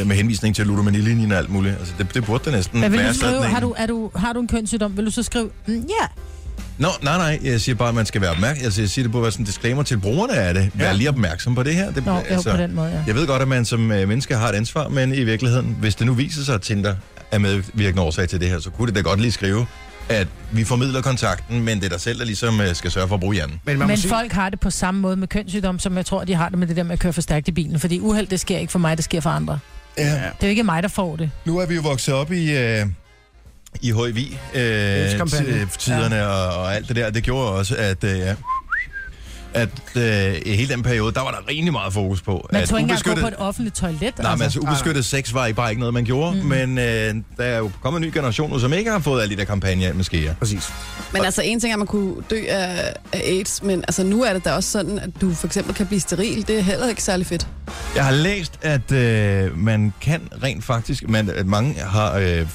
S1: med henvisning til ludomanilinjen og alt muligt. Altså, det, det burde det næsten
S3: Men vil
S1: være
S3: du
S1: sådan
S3: skrive,
S1: en-
S3: har du, er du, har du en kønssygdom, vil du så skrive, "Mm, ja, mm,
S1: Nå, nej, nej, jeg siger bare, at man skal være opmærksom. Altså, jeg siger, det burde være sådan en disclaimer til brugerne af det. Vær lige opmærksom på det her. Det, altså,
S3: Nå, jo, på den måde, ja.
S1: Jeg ved godt, at man som øh, menneske har et ansvar, men i virkeligheden, hvis det nu viser sig, at Tinder er medvirkende årsag til det her, så kunne det da godt lige skrive, at vi formidler kontakten, men det er dig selv, der ligesom øh, skal sørge for at bruge hjernen.
S2: Men, man må
S3: men
S2: sige,
S3: folk har det på samme måde med kønssygdom, som jeg tror, de har det med det der med at køre for stærkt i bilen. Fordi uheld, det sker ikke for mig, det sker for andre.
S1: Ja.
S3: Det er jo ikke mig, der får det.
S1: Nu er vi jo vokset op i... Øh, i HIV, øh,
S2: Kampagne.
S1: ti- tiderne ja. og, og alt det der, det gjorde også, at, øh, ja, at øh, i hele den periode, der var der rimelig meget fokus på.
S3: Man
S1: at
S3: tror ikke engang at gå
S1: ubeskyttet-
S3: på et offentligt toilet.
S1: Nej, men altså ubeskyttet sex var ikke bare ikke noget, man gjorde, mm. men øh, der er jo kommet en ny generation nu, som ikke har fået alle de der kampagner, måske. Ja.
S2: Præcis.
S4: Men altså, en ting er, at man kunne dø af, af AIDS, men altså, nu er det da også sådan, at du for eksempel kan blive steril. Det er heller ikke særlig fedt.
S1: Jeg har læst, at øh, man kan rent faktisk, man, at mange har... Øh,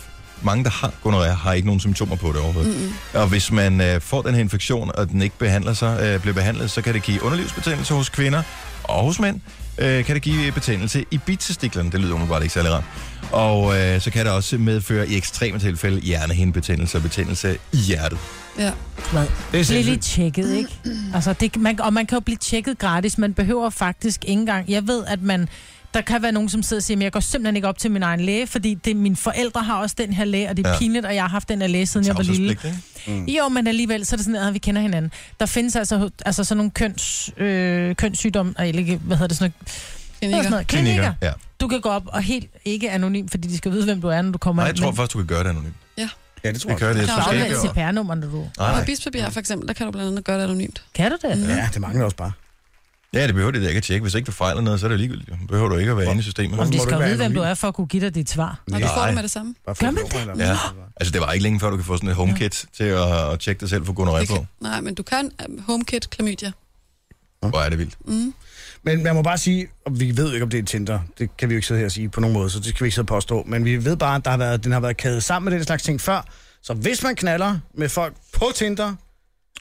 S1: mange, der har gonorrhea, har ikke nogen symptomer på det overhovedet. Mm-hmm. Og hvis man øh, får den her infektion, og den ikke behandler sig, øh, bliver behandlet, så kan det give underlivsbetændelse hos kvinder og hos mænd. Øh, kan det give betændelse i bitestiklerne. Det lyder umiddelbart ikke særlig rart. Og øh, så kan det også medføre i ekstreme tilfælde hjernehindebetændelse og betændelse i hjertet.
S4: Ja.
S2: Det er
S3: Bliv lige
S2: sindssygt.
S3: tjekket, ikke? Altså, det, man, og man kan jo blive tjekket gratis. Man behøver faktisk ikke engang... Jeg ved, at man... Der kan være nogen, som sidder og siger, at jeg går simpelthen ikke op til min egen læge, fordi det, mine forældre har også den her læge, og det er
S1: Ja.
S3: ja. pinligt, og jeg har haft den her læge, siden jeg var lille.
S1: Tavshedspligt, ikke?
S3: Jo, men alligevel, så er det sådan, at vi kender hinanden. Der findes altså, altså sådan nogle køns, øh, kønssygdomme, og ikke, hvad hedder det, sådan noget, hvad er sådan noget klinikker.
S1: Ja.
S3: Du kan gå op og helt ikke anonym, fordi de skal vide, hvem du er, når du kommer
S1: Nej, jeg
S3: ind.
S1: tror
S3: men
S1: først, du kan gøre det anonymt.
S2: Ja, det tror
S1: Vi kører det.
S4: Klar,
S1: efter
S3: du
S4: det
S1: skabet.
S4: er
S3: afleverer CPR-nummer, når du...
S1: Nej,
S4: Og
S1: nej.
S4: bispapir, for eksempel, der kan du blandt andet gøre det anonymt.
S3: Kan du det?
S2: Ja, det mangler også bare.
S1: Ja, det behøver det da ikke at tjekke. Hvis ikke du fejler noget, så er det ligegyldigt. jo. Behøver du ikke at være inde i systemet.
S3: Om
S2: må
S3: de
S2: du
S3: skal
S2: være
S3: jo vide, hvem du
S2: anonym.
S3: er, for at kunne give dig dit svar.
S4: Og du får det med det samme.
S2: Bare
S3: Gør man
S2: et nummer,
S1: Ja.
S2: eller hvad?
S1: Altså, det var ikke længe før, du kan få sådan et homekit til at, at tjekke dig selv for gonorrhea
S4: Det
S1: på.
S4: kan, nej, men du kan øh, HomeKit, klamydia.
S1: Hvor er det vildt.
S2: Men man må bare sige, og vi ved jo ikke, om det er Tinder. Det kan vi jo ikke sidde her og sige på nogen måde, så det skal vi ikke sidde og påstå. Men vi ved bare, at der har været, den har været kædet sammen med den slags ting før. Så hvis man knaller med folk på Tinder...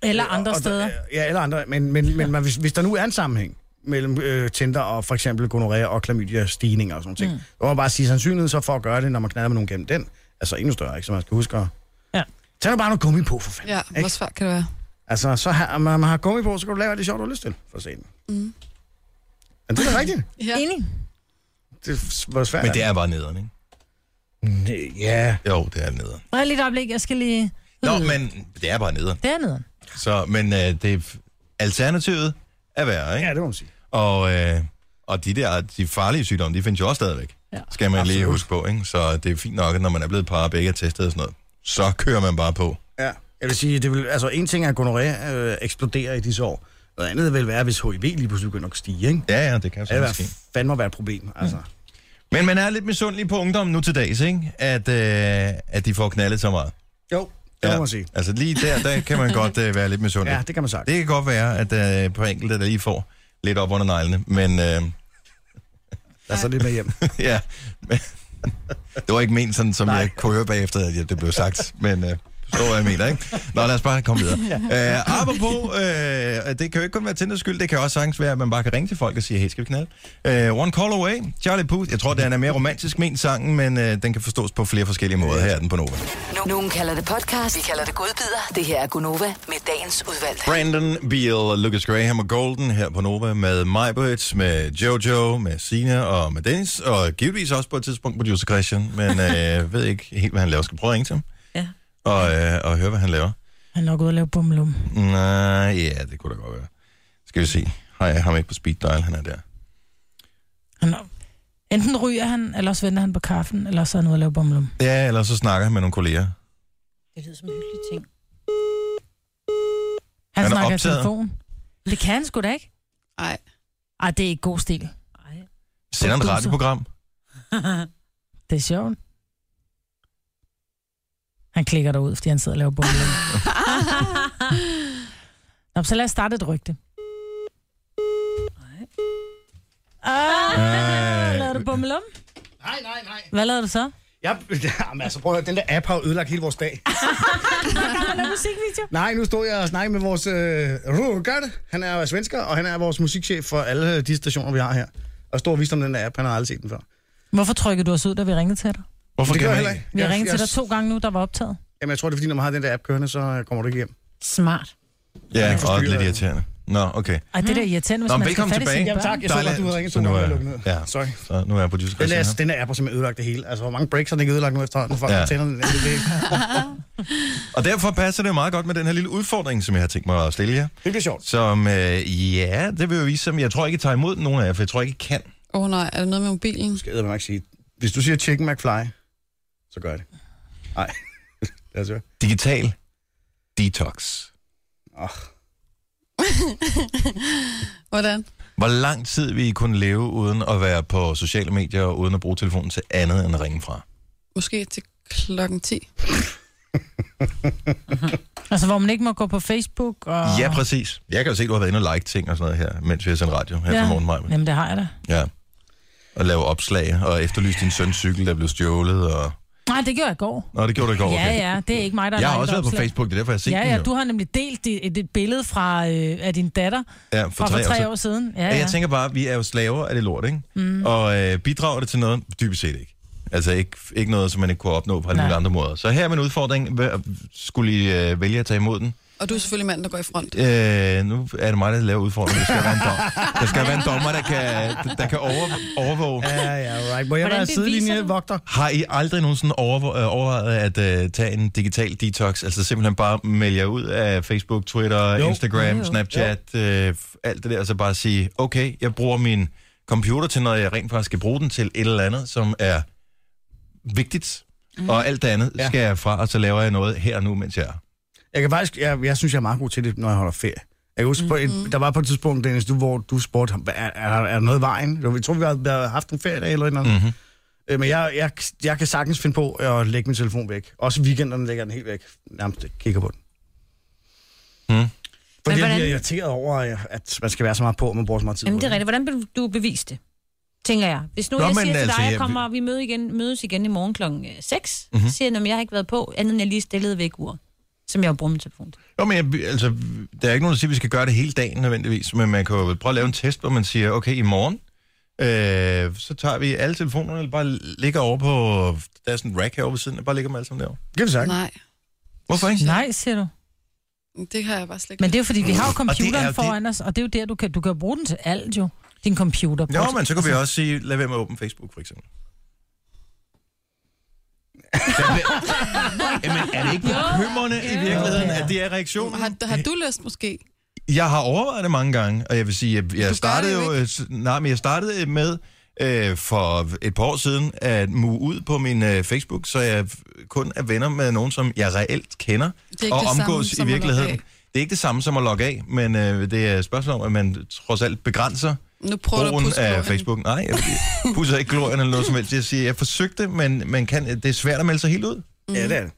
S3: Eller andre
S2: og,
S3: steder.
S2: Og, ja, eller andre. Men, men, men man, hvis, hvis der nu er en sammenhæng, mellem øh, Tinder og for eksempel gonorrhea og klamydia-stigninger og sådan noget. Mm. Der må man bare sige, sandsynligheden så for at gøre det, når man knaller med nogen gennem den, altså endnu større, ikke? Så man skal huske at...
S3: Ja.
S2: Tag nu bare noget gummi på, for fanden.
S4: Ja,
S2: ikke?
S4: hvor svært kan det være?
S2: Altså, så har, om man har gummi på, så kan du lave alt det sjovt, du har lyst til, for sent. Mm. Men det er da rigtigt.
S4: Ja.
S3: Enig.
S2: Det er- hvor svært
S1: Men det er bare nederen, ikke?
S2: det. Ja,
S1: Jo, det er nederen.
S3: Må jeg lige et øjeblik? Jeg skal lige...
S1: Nå, men det er bare nederen.
S3: Dernede.
S1: Så, men øh, det, alternativet er værre, ikke?
S2: ja, det må man sige.
S1: Og, øh, og de der de farlige sygdomme, de findes jo også stadigvæk.
S3: Ja.
S1: Skal man lige
S2: Absolut.
S1: huske på, ikke? Så det er fint nok, at når man er blevet par og begge er testet og sådan noget, så kører man bare på.
S2: Ja. Jeg vil sige, det vil, altså en ting er, at gonorrhea øh, eksploderer i disse år. Noget andet vil være, hvis HIV lige pludselig begynder at stige, ikke?
S1: Ja, ja, det kan jo
S2: Det vil
S1: sådan ske.
S2: være fandme være et problem, altså. Mm.
S1: Men man er lidt misundelig på ungdommen nu til dags, ikke? At, øh, at de får knaldet så meget.
S2: Jo, det ja. må man sige.
S1: Altså lige der, der kan man godt øh, være lidt misundelig.
S2: Ja, det kan man sagt.
S1: Det kan godt være, at øh, på enkelte, der lige får lidt op under neglene, men øh,
S2: Der er så lidt med hjem.
S1: ja, men- det var ikke ment sådan, som Nej. jeg kunne høre bagefter, at det blev sagt, men øh, så hvad jeg mener, ikke? Nå, lad os bare komme videre. Ja. Øh, apropos, øh, det kan jo ikke kun være Tinders skyld, det kan også sagtens være, at man bare kan ringe til folk og sige, hey, skal vi knalde? Øh, One Call Away, Charlie Puth, jeg tror, den er mere romantisk ment sangen, men øh, den kan forstås på flere forskellige måder. Her er den på Nova.
S7: Nu- Nogen kalder det podcast, vi kalder det godbider. Det her er Gunova med dagens udvalgte.
S1: Brandon Beal, Lucas Graham og Golden her på Nova med Majbert, med Jojo, med Sina og med Dennis, og givetvis også på et tidspunkt producer Christian, men øh, ved ikke helt, hvad han laver. Skal prøve at ringe til ham
S5: Ja.
S1: og, øh, og høre, hvad han laver.
S3: Han er nok ude at lave bumlum.
S1: Nej, ja, det kunne da godt være. Skal vi se. Har jeg ham ikke på speed dial? Han er der.
S3: Han er... Enten ryger han, eller også venter han på kaffen, eller så er han ude at lave bumlum.
S1: Ja, eller så snakker han med nogle kolleger.
S5: Det lyder som en hyggelig ting.
S3: Han,
S1: Han er
S3: han snakker i
S1: optaget.
S3: telefon. Det kan han sgu da ikke.
S4: Nej.
S3: Ej, det er ikke god stil.
S5: Ej.
S1: Sender et
S3: Producer.
S1: radioprogram.
S3: Det er sjovt. Han klikker derud, fordi han sidder og laver bumlum. Nå, så lad os starte et rygte. Ah, lavede du bumlum?
S2: Nej, nej, nej.
S3: Hvad lavede du så?
S2: Jeg, jamen, altså, prøv at høre, den der app har jo ødelagt hele vores dag.
S3: Lavede musikvideo?
S2: Nej, nu stod jeg og snakkede med vores øh, Rugard. Han er jo svensker, og han er vores musikchef for alle de stationer, vi har her. Og stod og viste om den der app, han har aldrig set den før.
S3: Hvorfor trykkede du os ud, da vi ringede til dig?
S1: Hvorfor
S2: Det
S1: kan
S2: gør jeg
S1: man
S2: heller
S1: ikke?
S2: ikke.
S3: Vi har
S2: Jeg-
S3: ringet til
S2: jeg-
S3: dig to gange nu, der var optaget.
S2: Jamen, jeg tror, det er fordi, når man har den der app kørende, så øh, kommer du ikke hjem.
S5: Smart.
S1: Ja,
S2: Jeg
S1: og
S2: forstyrrer.
S1: lidt irriterende. Nå, okay.
S3: Ej, det der er irriterende, hvis
S1: Nå,
S3: man skal
S1: velkommen
S3: fatte
S1: tilbage.
S3: sine
S2: Jamen tak,
S3: børn.
S2: jeg så
S1: Dejligt.
S2: godt, du havde ringet
S1: Så
S2: to
S1: nu
S2: gange
S1: er-
S2: og lukket ned.
S1: ja.
S2: Sorry.
S1: Så nu er jeg producer
S2: Den
S1: Christian
S2: der,
S1: her.
S2: den der app har simpelthen ødelagt det hele. Altså, hvor mange breaks har den ikke ødelagt nu efterhånden? For
S1: Ja.
S2: ja. tænderne, det, det, det,
S1: Og derfor passer det jo meget godt med den her lille udfordring, som jeg har tænkt mig at stille jer.
S2: det bliver sjovt.
S1: Som, øh, ja, det vil jo vise sig, men jeg tror ikke, jeg tager imod nogen af jer, for jeg tror ikke, jeg kan.
S4: Åh oh, nej, er det noget med mobilen?
S2: Skal jeg ikke sige, hvis du siger Chicken McFly, så gør jeg det. Nej, lad os høre.
S1: Digital detox.
S2: Oh.
S4: Hvordan?
S1: Hvor lang tid vi kunne leve uden at være på sociale medier og uden at bruge telefonen til andet end at ringe fra.
S4: Måske til klokken 10.
S3: Altså, hvor man ikke må gå på Facebook og...
S1: Oh. Ja, præcis. Jeg kan jo se, at du har været inde og like ting og sådan noget her, mens vi har sendt radio her ja.
S3: Ja.
S1: på morgen, Maja.
S3: Jamen, det har jeg da.
S1: Ja. Og lave opslag og efterlyse din søns cykel, der blev stjålet. Og...
S3: Nej, det gjorde jeg i går.
S1: Nå, det gjorde du i går, okay.
S3: Ja, ja, det er ikke mig, der
S1: Jeg har
S3: lagt
S1: også været på
S3: opslag.
S1: Facebook, det er derfor, jeg har set
S3: Ja,
S1: den
S3: ja,
S1: jo.
S3: du har nemlig delt et, et billede fra, øh, af din datter
S1: ja, for,
S3: fra for tre år siden. Ja,
S1: Ja,
S3: ja.
S1: jeg tænker bare, vi er jo slaver af det lort, ikke? Mm. Og øh, bidrager det til noget? Dybest set ikke. Altså ikke, ikke noget, som man ikke kunne opnå på alle
S3: Nej.
S1: mulige andre måder. Så her er min udfordring. Hvad- Skulle I øh, vælge at tage imod den?
S4: Og du er selvfølgelig manden, der går i front.
S1: Øh, nu er det mig, der laver udfordringen. Der skal være en, dom- der skal være en dommer, der kan, der kan over, overvåge.
S2: Ja, ja, right. Må jeg
S5: Hvordan
S2: være
S5: beviser du?
S2: sidelinjevogter?
S1: Har I aldrig nogensinde over, øh, overvejet at øh, tage en digital detox? Altså simpelthen bare melde jer ud af Facebook, Twitter, jo.
S2: Jo.
S1: Instagram,
S5: Jo.
S1: Snapchat, øh, f- alt det der. Og så bare sige, okay, jeg bruger min computer til noget, jeg rent faktisk skal bruge den til et eller andet, som er vigtigt. Mm. Og alt det andet ja.
S2: Ja.
S1: skal jeg fra, og så laver jeg noget her og nu, mens jeg er.
S2: Jeg kan faktisk, jeg, jeg synes, jeg er meget god til det, når jeg holder ferie. Jeg kan huske, mm-hmm. på
S5: Mhm.
S2: et, der var på et tidspunkt, Dennis, du, hvor du spurgte, ham, "Hvad er, er, der- er der noget i vejen? Det var- Jeg tror, vi havde- havde haft en feriedag eller et eller andet.
S1: Mhm.
S2: Mm-hmm. Øh, men jeg, jeg, jeg kan sagtens finde på at lægge min telefon væk. Også i weekenderne lægger jeg den helt væk. Nærmest ikke kigger på den.
S1: Mm.
S2: Fordi jeg
S5: hvordan-
S2: bliver irriteret over, at man skal være så meget på, og man bruger så meget tid
S5: Jamen,
S2: på
S5: det er rigtigt. Hvordan vil du bevise det? Tænker jeg. Hvis nu
S1: Nå,
S5: Nå, jeg
S1: men
S5: siger til
S1: altså,
S5: dig,
S1: jeg- Mhm.
S5: jeg kommer, og vi øh, mødes igen, mødes igen i morgen kl. 6, mm-hmm. så siger jeg, at jeg har ikke været på, andet end jeg lige stillede væk ur. som jeg jo bruger min telefon til.
S1: Jo, men jeg, altså, der er ikke nogen, der siger, at vi skal gøre det hele dagen nødvendigvis, men man kan jo prøve at lave en test, hvor man siger, okay, i morgen, øh, så tager vi alle telefonerne, eller bare ligger over på, der er sådan en rack herovre ved siden, og bare ligger dem alle sammen derovre.
S2: Det kan vi sagt.
S4: Nej,
S1: Hvorfor ikke?
S3: Nej, siger du.
S4: det har jeg bare slet ikke.
S3: Men det er jo fordi, vi har jo
S1: Og det er jo
S3: computeren
S1: det-
S3: foran os, og det er jo der, du kan, du kan bruge den til alt jo. Din computer. Altså,
S1: Jo, men så kan vi også sige, lad være med at åbne Facebook, for eksempel. Jamen, er det ikke bekymrende i virkeligheden, at det er reaktionen?
S4: Har, har du lyst måske?
S1: Jeg har overvejet det mange gange, og jeg vil sige, jeg, jeg startede
S4: jo
S1: jo, øh, s- nej, men jeg startede med øh, for et par år siden at move ud på min øh, Facebook, så jeg f- kun er venner med nogen, som jeg reelt kender
S4: er ikke
S1: og
S4: det samme
S1: omgås
S4: som
S1: i
S4: at
S1: virkeligheden.
S4: logge
S1: Det er ikke det samme som at logge af, men øh, det er et spørgsmål om, at man trods alt begrænser
S4: Nu prøver du at
S1: brugen
S4: pusse
S1: af
S4: på hende.
S1: Facebook. Nej, jeg jeg pusser ikke glorien eller noget som helst. Jeg siger, jeg forsøgte, men man kan, det er svært at melde sig helt ud.
S2: Ja, det er det.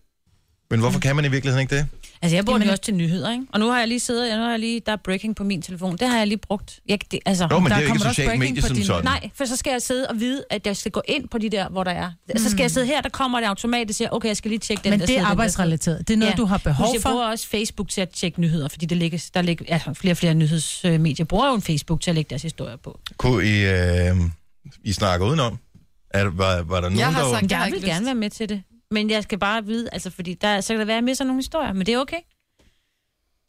S1: Men hvorfor
S4: Mm.
S1: kan man i virkeligheden ikke det?
S5: Altså, jeg bruger den jo også til nyheder, ikke? Og nu har jeg lige siddet, ja, nu har jeg lige, der er breaking på min telefon. Det har jeg lige brugt. Jeg, det, altså,
S1: Jo, men
S3: Der
S1: det er jo
S3: kommer
S1: ikke
S3: der
S1: et
S3: også
S1: socialt
S3: breaking
S1: medie
S3: på
S1: som
S3: din-
S1: sådan.
S5: Nej, for så skal jeg sidde og vide, at jeg skal gå ind på de der, hvor der er. Så skal jeg sidde her, der kommer et automat, der siger, okay, jeg skal lige tjekke den
S3: Men
S5: der
S3: det
S5: side,
S3: er
S5: den der side.
S3: arbejdsrelateret. Det er noget, ja. du har behov
S5: Plus, jeg
S3: for.
S5: bruger også Facebook til at tjekke nyheder, fordi det ligger, der ligger, ja, flere og flere nyhedsmedier bruger jo en Facebook til at lægge deres historier på.
S1: Kunne I, øh, I snakke udenom? Er, var, var der nogen,
S4: Jeg har
S1: der... var-
S4: sagt, det har
S5: Jeg
S4: ikke
S5: vil
S4: lyst.
S5: gerne være med til det, men jeg skal bare vide, altså, fordi der, så kan det være, at jeg misser nogle historier, men det er okay.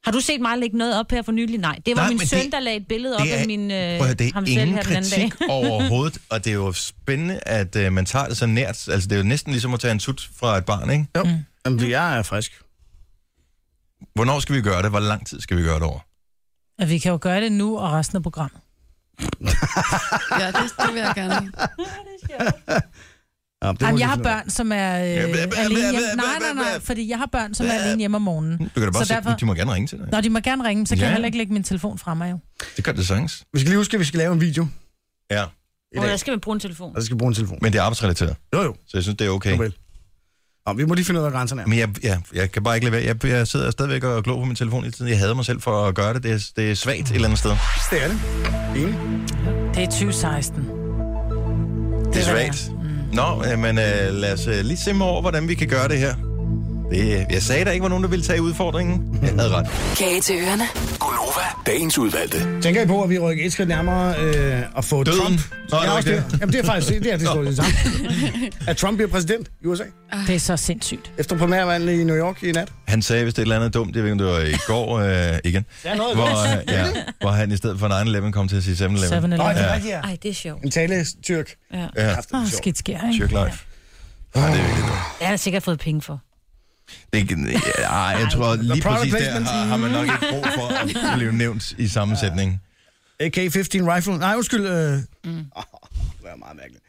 S5: Har du set mig lægge noget op her for nylig? Nej, det
S1: Nej,
S5: var Nej, min
S1: men
S5: søn,
S1: det-
S5: det, der lagde et billede op
S1: det er,
S5: af min, øh,
S1: prøv at høre, det er
S5: ham selv
S1: ingen
S5: her den anden dag.
S1: kritik overhovedet, og det er jo spændende, at øh, man tager det så nært. Altså, det er jo næsten ligesom at tage en tut fra et barn, ikke?
S2: Jo. Mm. Jamen, det, jeg er frisk.
S1: Hvornår skal vi gøre det? Hvor lang tid skal vi gøre det over?
S3: At vi kan jo gøre det nu og resten af programmet.
S4: Ja, det, det vil jeg gerne.
S2: Ja, det må
S3: Jamen,
S2: vi
S3: jeg har
S2: finde ud af.
S3: børn, som er øh,
S1: bæ, bæ, bæ,
S3: alene
S1: bæ,
S3: hjemme.
S1: bæ,
S3: Nej,
S1: bæ,
S3: nej,
S1: bæ.
S3: nej, fordi jeg har børn, som er alene hjemme om morgenen.
S1: Du kan da bare
S3: Så
S1: derfor...
S3: derfor-
S1: se, de må gerne ringe til dig.
S3: Nå, de må gerne ringe, så kan
S1: Ja.
S3: jeg heller ikke lægge min telefon fra mig jo.
S1: Det gør det sagtens.
S2: Vi skal lige huske, at vi skal lave en video
S1: Ja,
S2: i
S5: Åh,
S2: dag.
S5: der skal man bruge en telefon.
S2: Og så skal vi bruge en telefon.
S1: men det er arbejdsrelateret,
S2: Jo, jo.
S1: så jeg synes, det er okay.
S2: Okay. Nå, vi må lige finde ud af, hvad grænserne er.
S1: Men jeg, ja, jeg kan bare ikke lade være. Jeg, jeg sidder stadigvæk og glor på min telefon hele tiden. Jeg hader mig selv for at gøre det. Det er, det er svagt et eller andet sted.
S2: Det er det. Enig.
S3: Det er 2016.
S1: Det er svagt. Nå, øh, men øh, lad os øh, lige se mig over, hvordan vi kan gøre det her. Det, øh, jeg sagde, der ikke var nogen, der ville tage udfordringen. Jeg havde ret.
S7: Kage til ørerne.
S6: Gunova, dagens udvalgte.
S2: Tænker I på, at vi rykker et skridt nærmere øh, at få
S1: Døden.
S2: Trump?
S1: Nå, det
S2: ja,
S1: var
S2: også
S1: ikke
S2: det.
S1: det.
S2: Jamen, det er faktisk det, er, det står det samme. At Trump bliver præsident i USA
S4: Ah.
S3: Det er så sindssygt.
S2: efter primærvalget i New York i nat.
S1: Han sagde, hvis det er et eller andet dumt, jeg ved ikke, om det var i går øh, igen,
S2: Ja, noget
S1: hvor, øh, ja, hvor han i stedet for 9-11 kom til at sige 7-11.
S3: 7-Eleven.
S2: Nej, det
S1: Ja.
S2: er rigtigt, ja.
S5: Ej, det er sjovt.
S2: En talestyrk.
S5: Ja.
S1: Ja,
S3: Åh, skidt sker, ikke?
S1: Tyrk Life. Ja, det er virkelig dumt.
S5: Det har jeg sikkert fået penge for.
S1: Det er ikke, ja, jeg tror lige
S2: product
S1: præcis der
S2: placement.
S1: har, har man nok ikke brug for at blive nævnt i sammensætningen.
S2: AK-15 rifle. Nej, undskyld. Øh. Mm. det er meget mærkeligt.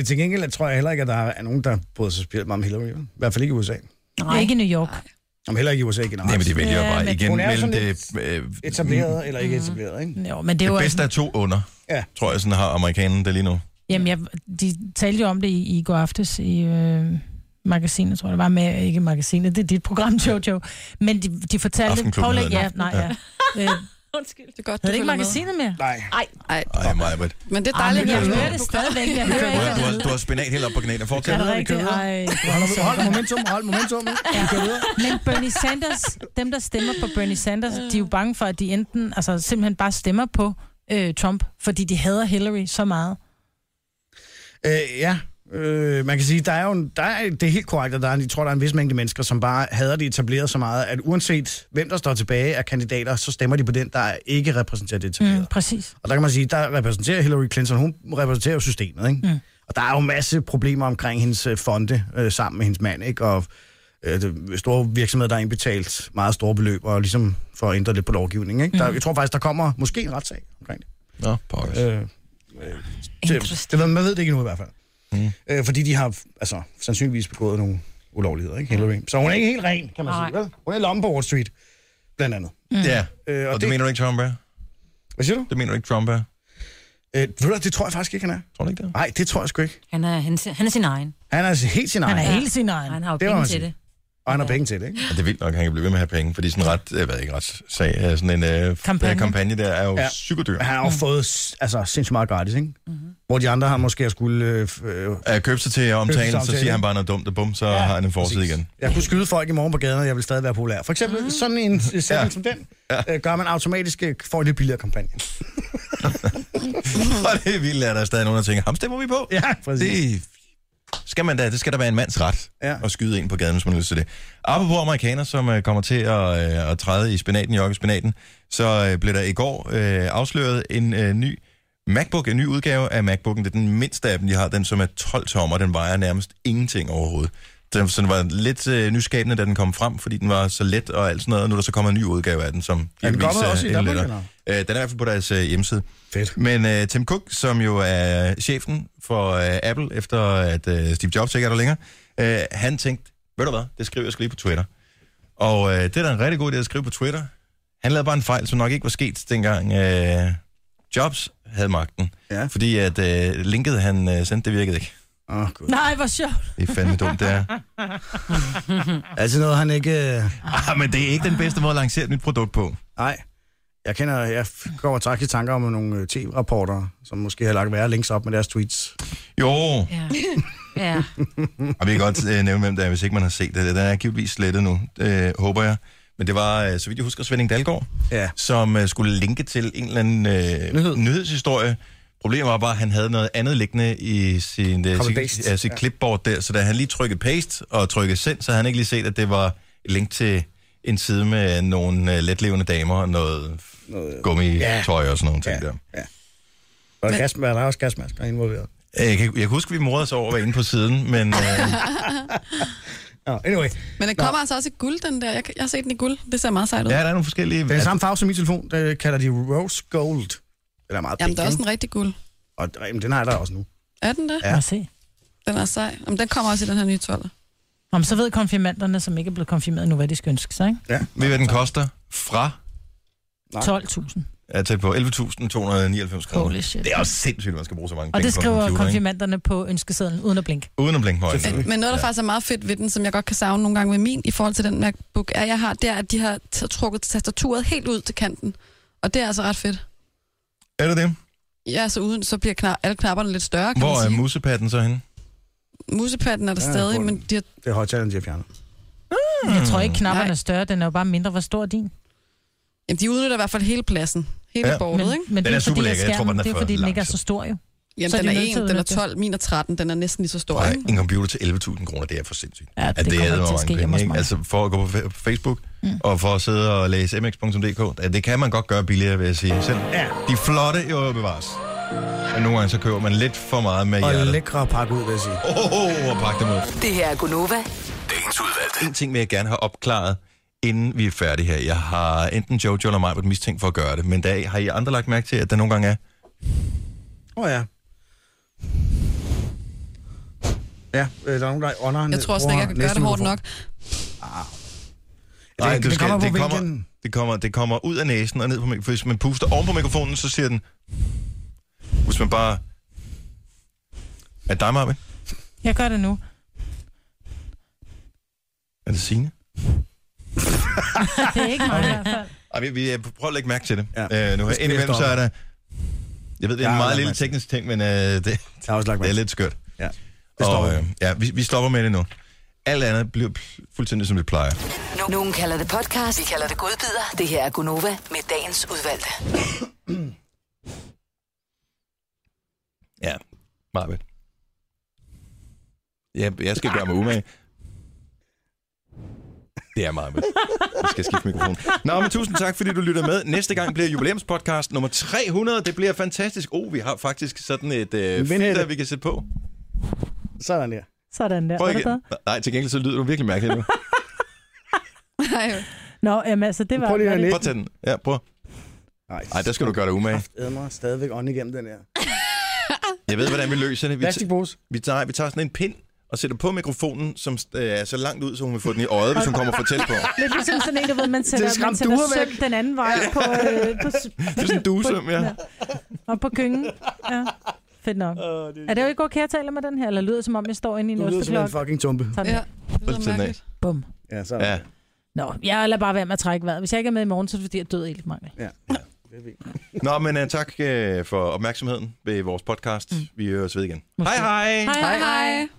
S2: Øh, til gengæld tror jeg heller ikke, at der er nogen, der bryder sig spillet meget om Hillary. vel? I hvert fald ikke i USA.
S3: Nej. Ikke i New York.
S2: Om heller ikke i USA generelt.
S1: Nej, men de vælger
S3: Ja,
S1: bare
S3: men
S1: igen
S2: hun er jo
S1: mellem
S2: sådan
S1: det, øh,
S2: Etableret eller ikke etableret, ikke?
S3: Jo, men det er jo
S1: det
S3: altså,
S1: bedste af to under,
S2: Ja.
S1: tror jeg, sådan har amerikanerne det lige nu.
S3: jamen, jeg, de talte jo om det i, i går aftes i øh, magasinet, tror jeg det var med, ikke magasinet, det er dit program, Jojo. Men de, de fortalte,
S1: Aftenklubben
S3: Paula,
S1: hedder den.
S3: ja, nej, ja. Øh, hedder
S5: Undskyld.
S4: Det er godt, du
S3: det ikke
S4: følger med.
S3: magasinet mere?
S2: Nej.
S4: Ej,
S1: Ej, Maja,
S4: men det er
S3: Ej,
S4: dejligt.
S3: men jeg
S4: at vi-
S3: hører det stadigvæk, jeg hører
S1: Du har, du,
S3: ikke.
S1: har, du har spinat helt op på knæene. Fortæl.
S3: Er det
S2: vi kører
S3: rigtigt?
S2: videre.
S3: Ej,
S2: Hold, hold momentum, hold momentum. Ja. Vi kører videre.
S3: Men Bernie Sanders, dem der stemmer på Bernie Sanders, de er jo bange for, at de enten altså, simpelthen bare stemmer på øh, Trump, fordi de hader Hillary så meget.
S2: Øh, ja, øh, man kan sige, der er jo, en- der er, det er helt korrekt, at der er, en- jeg tror, der er en vis mængde mennesker, som bare hader det etableret så meget, at uanset hvem der står tilbage af kandidater, så stemmer de på den, der ikke repræsenterer det etablerede.
S3: Mm,
S2: Mm.
S3: præcis.
S2: Og der kan man sige, der repræsenterer Hillary Clinton, hun repræsenterer jo systemet, ikke? Mm. Og der er jo masse problemer omkring hendes øh, fonde øh, sammen med hendes mand, ikke? Og øh, det- store virksomheder, der har indbetalt meget store beløb, og ligesom for at ændre lidt på lovgivningen, ikke? Der, jeg tror faktisk, der kommer måske en retssag omkring det.
S1: Nå, pokkers.
S2: Øh, det, det, ved- man ved det ikke nu i hvert fald. Mm. Øh, fordi de har altså, sandsynligvis begået nogle ulovligheder, ikke Hillary? Så hun er ikke helt ren, kan man
S5: Nej.
S2: sige. Vel? Hun er i lommen på Wall Street, blandt andet.
S1: Ja,
S2: Øh,
S1: og
S2: og
S1: det
S2: det-
S1: mener du ikke, Trump er?
S2: Hvad siger du?
S1: Det mener du ikke, Trump er?
S2: Øh, ved du, hvad, det tror jeg faktisk ikke, han er.
S1: Tror du ikke det?
S2: Nej, det tror jeg sgu ikke.
S5: Han er, han, han er sin egen.
S2: Han er altså helt sin
S3: Han
S2: egen,
S3: er helt sin egen.
S5: Han har jo
S2: Det må
S5: penge
S2: man
S5: til
S2: sige.
S5: det.
S2: og han har penge til det, ikke?
S1: Ja, det er vildt nok, at han kan blive ved med at have penge, fordi sådan en ret, jeg ved ikke ret sag, øh, sådan en øh,
S3: Kampagne.
S1: kampagne. kampagne der er jo
S2: Ja.
S1: ja. psykodyr.
S3: Mm. Mhm.
S2: Han har jo fået s- altså, sindssygt meget gratis, ikke? Mm-hmm. Hvor de andre har måske at skulle... Øh, f- øh,
S1: Øh, købe sig til omtalen, så
S2: Købsomtale.
S1: siger han bare noget dumt og bum, så ja, har han en forside
S2: præcis.
S1: igen.
S2: Jeg kunne skyde folk i morgen på gaden, og jeg vil stadig være populær. For eksempel
S3: Ah.
S2: mm. sådan en øh, sætning ja. som den, øh, gør man automatisk øh, får en lidt billigere kampagne.
S1: Og det er vildt, at der er stadig nogen, der tænker, ham stemmer vi på.
S2: Ja, præcis.
S1: Det skal man da, det skal da være en mands ret
S2: Ja.
S1: at skyde ind på gaden, hvis man har lyst til det. Apropos amerikaner, som øh, kommer til at, øh, at træde i spinaten, jokke i spinaten, så øh, blev der i går øh, afsløret en øh, ny MacBook, en ny udgave af MacBooken. Det er den mindste af dem, de har, den som er 12 tommer, den vejer nærmest ingenting overhovedet. Den, så den var lidt øh, nyskabende, da den kom frem, fordi den var så let og alt sådan noget, og nu er der så kommet en ny udgave af den, som
S2: Er den
S1: givetvis
S2: kommet også i
S1: endnu
S2: Danmark,
S1: lettere.
S2: eller?
S1: Øh, den er i hvert fald på deres øh, hjemmeside.
S2: Fedt.
S1: Men øh, Tim Cook, som jo er chefen for øh, Apple, efter at øh, Steve Jobs ikke er der længere, øh, han tænkte, ved du hvad, det skriver jeg sgu lige på Twitter. Og øh, det er da en rigtig god idé at skrive på Twitter. Han lavede bare en fejl, som nok ikke var sket dengang øh, Jobs havde magten.
S2: Ja.
S1: Fordi at øh, linket, han øh, sendte, det virkede ikke.
S2: Åh, oh, gud.
S3: Nej, hvor sjovt.
S1: Det er fandme dumt, det er.
S2: Altså noget, han ikke... Øh,
S1: Ah, men det er ikke den bedste måde at lancere et nyt produkt på.
S2: nej. Jeg kender, jeg f- kommer tak i tanker om nogle øh, tv-rapporter, som måske har lagt værre links op med deres tweets.
S1: Jo,
S5: Ja. ja.
S1: og vi kan godt øh, nævne, hvem det er, hvis ikke man har set det. Den er givetvis slettet nu, øh, håber jeg. Men det var, øh, så vidt jeg husker, Svending Dalgaard,
S2: Ja.
S1: som øh, skulle linke til en eller anden øh,
S2: Nyhed.
S1: Nyhed. nyhedshistorie. Problemet var bare, at han havde noget andet liggende i sin, øh,
S2: Copy
S1: sit,
S2: paste.
S1: ja, sit
S2: Ja.
S1: clipboard der, så da han lige trykkede paste og trykkede send, så havde han ikke lige set, at det var et link til en side med nogle øh, letlevende damer og noget, noget gummitøj og sådan nogle ting
S2: Ja.
S1: der.
S2: Og gas, der er også gasmasker involveret.
S1: Øh, Jeg kan, jeg kan huske, vi morede os over at være inde på siden, men øh,
S2: Nå, anyway.
S4: Men den kommer altså også i guld, den der. Jeg, kan- jeg har set den i guld. Det ser meget sejt ud.
S1: ja,
S4: Ja,
S1: der er nogle forskellige...
S2: Den samme farve som min telefon, der kalder de rose gold. Den er meget
S4: Jamen,
S2: pink,
S4: der er også
S2: ikke?
S4: en rigtig guld.
S2: Og jamen, den har jeg der også nu.
S4: Er den det?
S2: Ja.
S3: Ja. Må se.
S4: Den er sej. Jamen, den kommer også i den her nye 12.
S3: Om så ved konfirmanderne, som ikke er blevet konfirmeret nu, hvad de skal ønske sig, ikke?
S2: Ja.
S1: Ved I, hvad den koster? Fra
S3: 12.000.
S1: er tæt på 11.299 kroner.
S3: Holy shit.
S1: Det er også sindssygt, at man skal bruge så mange
S3: Og
S1: penge
S3: det
S1: på en
S3: skriver
S1: computer, ikke?
S3: konfirmanderne på ønskesedlen, uden at blinke.
S1: Uden at blinke med øjnene.
S4: Men, men noget, der faktisk er meget fedt ved den, som jeg godt kan savne nogle gange med min, i forhold til den MacBook Air, jeg har, det er, at de har t- trukket tastaturet helt ud til kanten. Og det er altså ret fedt.
S1: Er det det?
S4: Ja, så uden, så bliver knap, alle knapperne lidt større, kan
S1: Hvor
S4: man
S1: er
S4: sige.
S1: musepadden så henne?
S4: Musepadden er der
S2: Ja,
S4: stadig,
S2: hvor er den?
S4: men de har,
S2: Det er højtaleren, de har fjernet.
S1: Hmm.
S3: Mm. Jeg tror ikke, knapperne
S4: Nej.
S3: er større. Den er jo bare mindre. Hvor stor er din?
S4: jamen, de udnytter i hvert fald hele pladsen. Hele
S1: Ja.
S4: ja. bordet,
S3: men,
S4: ikke?
S3: men
S1: Den
S3: det
S1: er
S3: er fordi,
S1: superlækker.
S3: at
S1: Jeg tror,
S3: skærmen,
S1: den er
S3: det er
S1: for
S3: fordi, den ikke er
S1: lang,
S3: så stor jo.
S4: Jamen,
S3: Så er
S4: den
S3: de
S4: er
S3: nødt til
S4: 1,
S3: at
S4: den er
S3: udnytte det.
S4: 12, min er 13, den er næsten lige så stor,
S1: Nej,
S4: ikke?
S1: en computer til 11.000 kroner, det er for sindssygt.
S3: Ja, det
S1: At
S3: kommer
S1: er
S3: ikke til
S1: mange
S3: at ske hjemme
S1: penge,
S3: hos
S1: ikke?
S3: mig. Mm.
S1: Altså for at gå på fe- Facebook og for at sidde og læse mx.dk, ja, det kan man godt gøre billigere, vil jeg sige. Selv
S2: Ja.
S1: de flotte jo bevares. Men nogle gange så køber man lidt for meget med
S2: Og
S1: hjertet.
S2: lækre at pakke ud, vil jeg sige.
S1: Åh, oh, oh, og pak dem ud.
S7: Det her er Gunova.
S1: En ting vil jeg gerne have opklaret, inden vi er færdige her. Jeg har enten Jojo eller mig været mistænkt for at gøre det, men der har I andre lagt mærke til, at der nogle gange er...
S2: Åh oh, ja. Ja, øh, der er nogen, der ånder
S4: Jeg tror slet ikke, jeg kan gøre det hårdt nok.
S1: Nej,
S2: det kommer på
S1: det, kommer,
S2: hvilken-
S1: det, kommer, det kommer ud af næsen og ned på mikrofonen. Hvis man puster oven på mikrofonen, så siger den... Hvis man bare... Er det dig, Marvin?
S3: Jeg gør det nu.
S1: Er det Signe?
S3: Det er ikke mig i hvert fald.
S1: Ej, vi, vi øh, prøv at lægge mærke til det.
S2: Ja.
S1: Ja. Øh, nu her.
S2: Det skal
S1: Indimellem
S2: jeg
S1: så
S2: stoppe.
S1: er der... Jeg ved, det er
S2: Jeg
S1: en
S2: har
S1: meget
S2: lagt
S1: lille
S2: mærke til det.
S1: teknisk ting, men øh, det,
S2: Jeg har også lagt
S1: det er
S2: mig.
S1: lidt skørt.
S2: Ja.
S1: Det
S2: Det
S1: og,
S2: stopper
S1: øh, ja, vi, vi stopper med det nu. Alt andet bliver pl- fuldstændig, som det plejer.
S7: Nu- Nogen kalder det podcast, vi kalder det godbider. Det her er Gunova med dagens udvalgte.
S1: Ja, meget vel. Jeg, jeg skal gøre mig umage. Det er meget vel. Jeg skal skifte mikrofonen. Nå, men tusind tak, fordi du lytter med. Næste gang bliver jubilæumspodcast nummer 300. Det bliver fantastisk. Oh, vi har faktisk sådan et øh,
S2: Vindhætte.
S1: filter, vi kan sætte på.
S2: Sådan der.
S3: Sådan der.
S1: Prøv
S3: Var det
S1: igen.
S3: bedre?
S1: Nej, til gengæld så lyder du virkelig mærkeligt nu. Prøv
S4: Nej,
S3: Nå, jamen altså, det var...
S2: Prøv lige
S3: var
S2: at
S3: det-
S1: at tage den. Ja, prøv. Nej, der skal du gøre dig umage.
S2: Æd mig stadigvæk ånd igennem den her.
S1: Jeg ved, hvordan vi løser det. Vi, t-
S2: Plastikpose.
S1: vi, tager, vi tager sådan en pind og sætter på mikrofonen, som øh, er så langt ud, så hun vil få den i øjet, hvis hun kommer for tæt på.
S3: Lidt ligesom sådan en, du ved, man
S2: Det
S3: sætter,
S2: skræmte
S3: man sætter
S2: duer væk.
S3: søm den anden vej på, øh, på, s-
S1: Det er sådan en dusum, ja.
S3: og på gyngen. Ja. Fedt nok. Er det jo ikke okay, at tale med den her? Eller lyder det, som om, jeg står inde i en
S2: Du lyder som en
S3: osteblok?
S2: fucking tumpe.
S3: Sådan
S4: ja.
S3: ja.
S4: Det lyder
S1: Fuldstændig.
S4: mærkeligt.
S3: Bum.
S2: Ja, sådan.
S1: ja.
S3: Nå, jeg lader bare være med at trække vejret. Hvis jeg ikke er med i morgen, så er det fordi, jeg død helt mangel.
S2: Ja. Det jeg ved.
S1: Nå, men uh, tak uh, for opmærksomheden ved vores podcast. Mm. Vi høres ved igen. Hej hej!
S3: Hej, hej.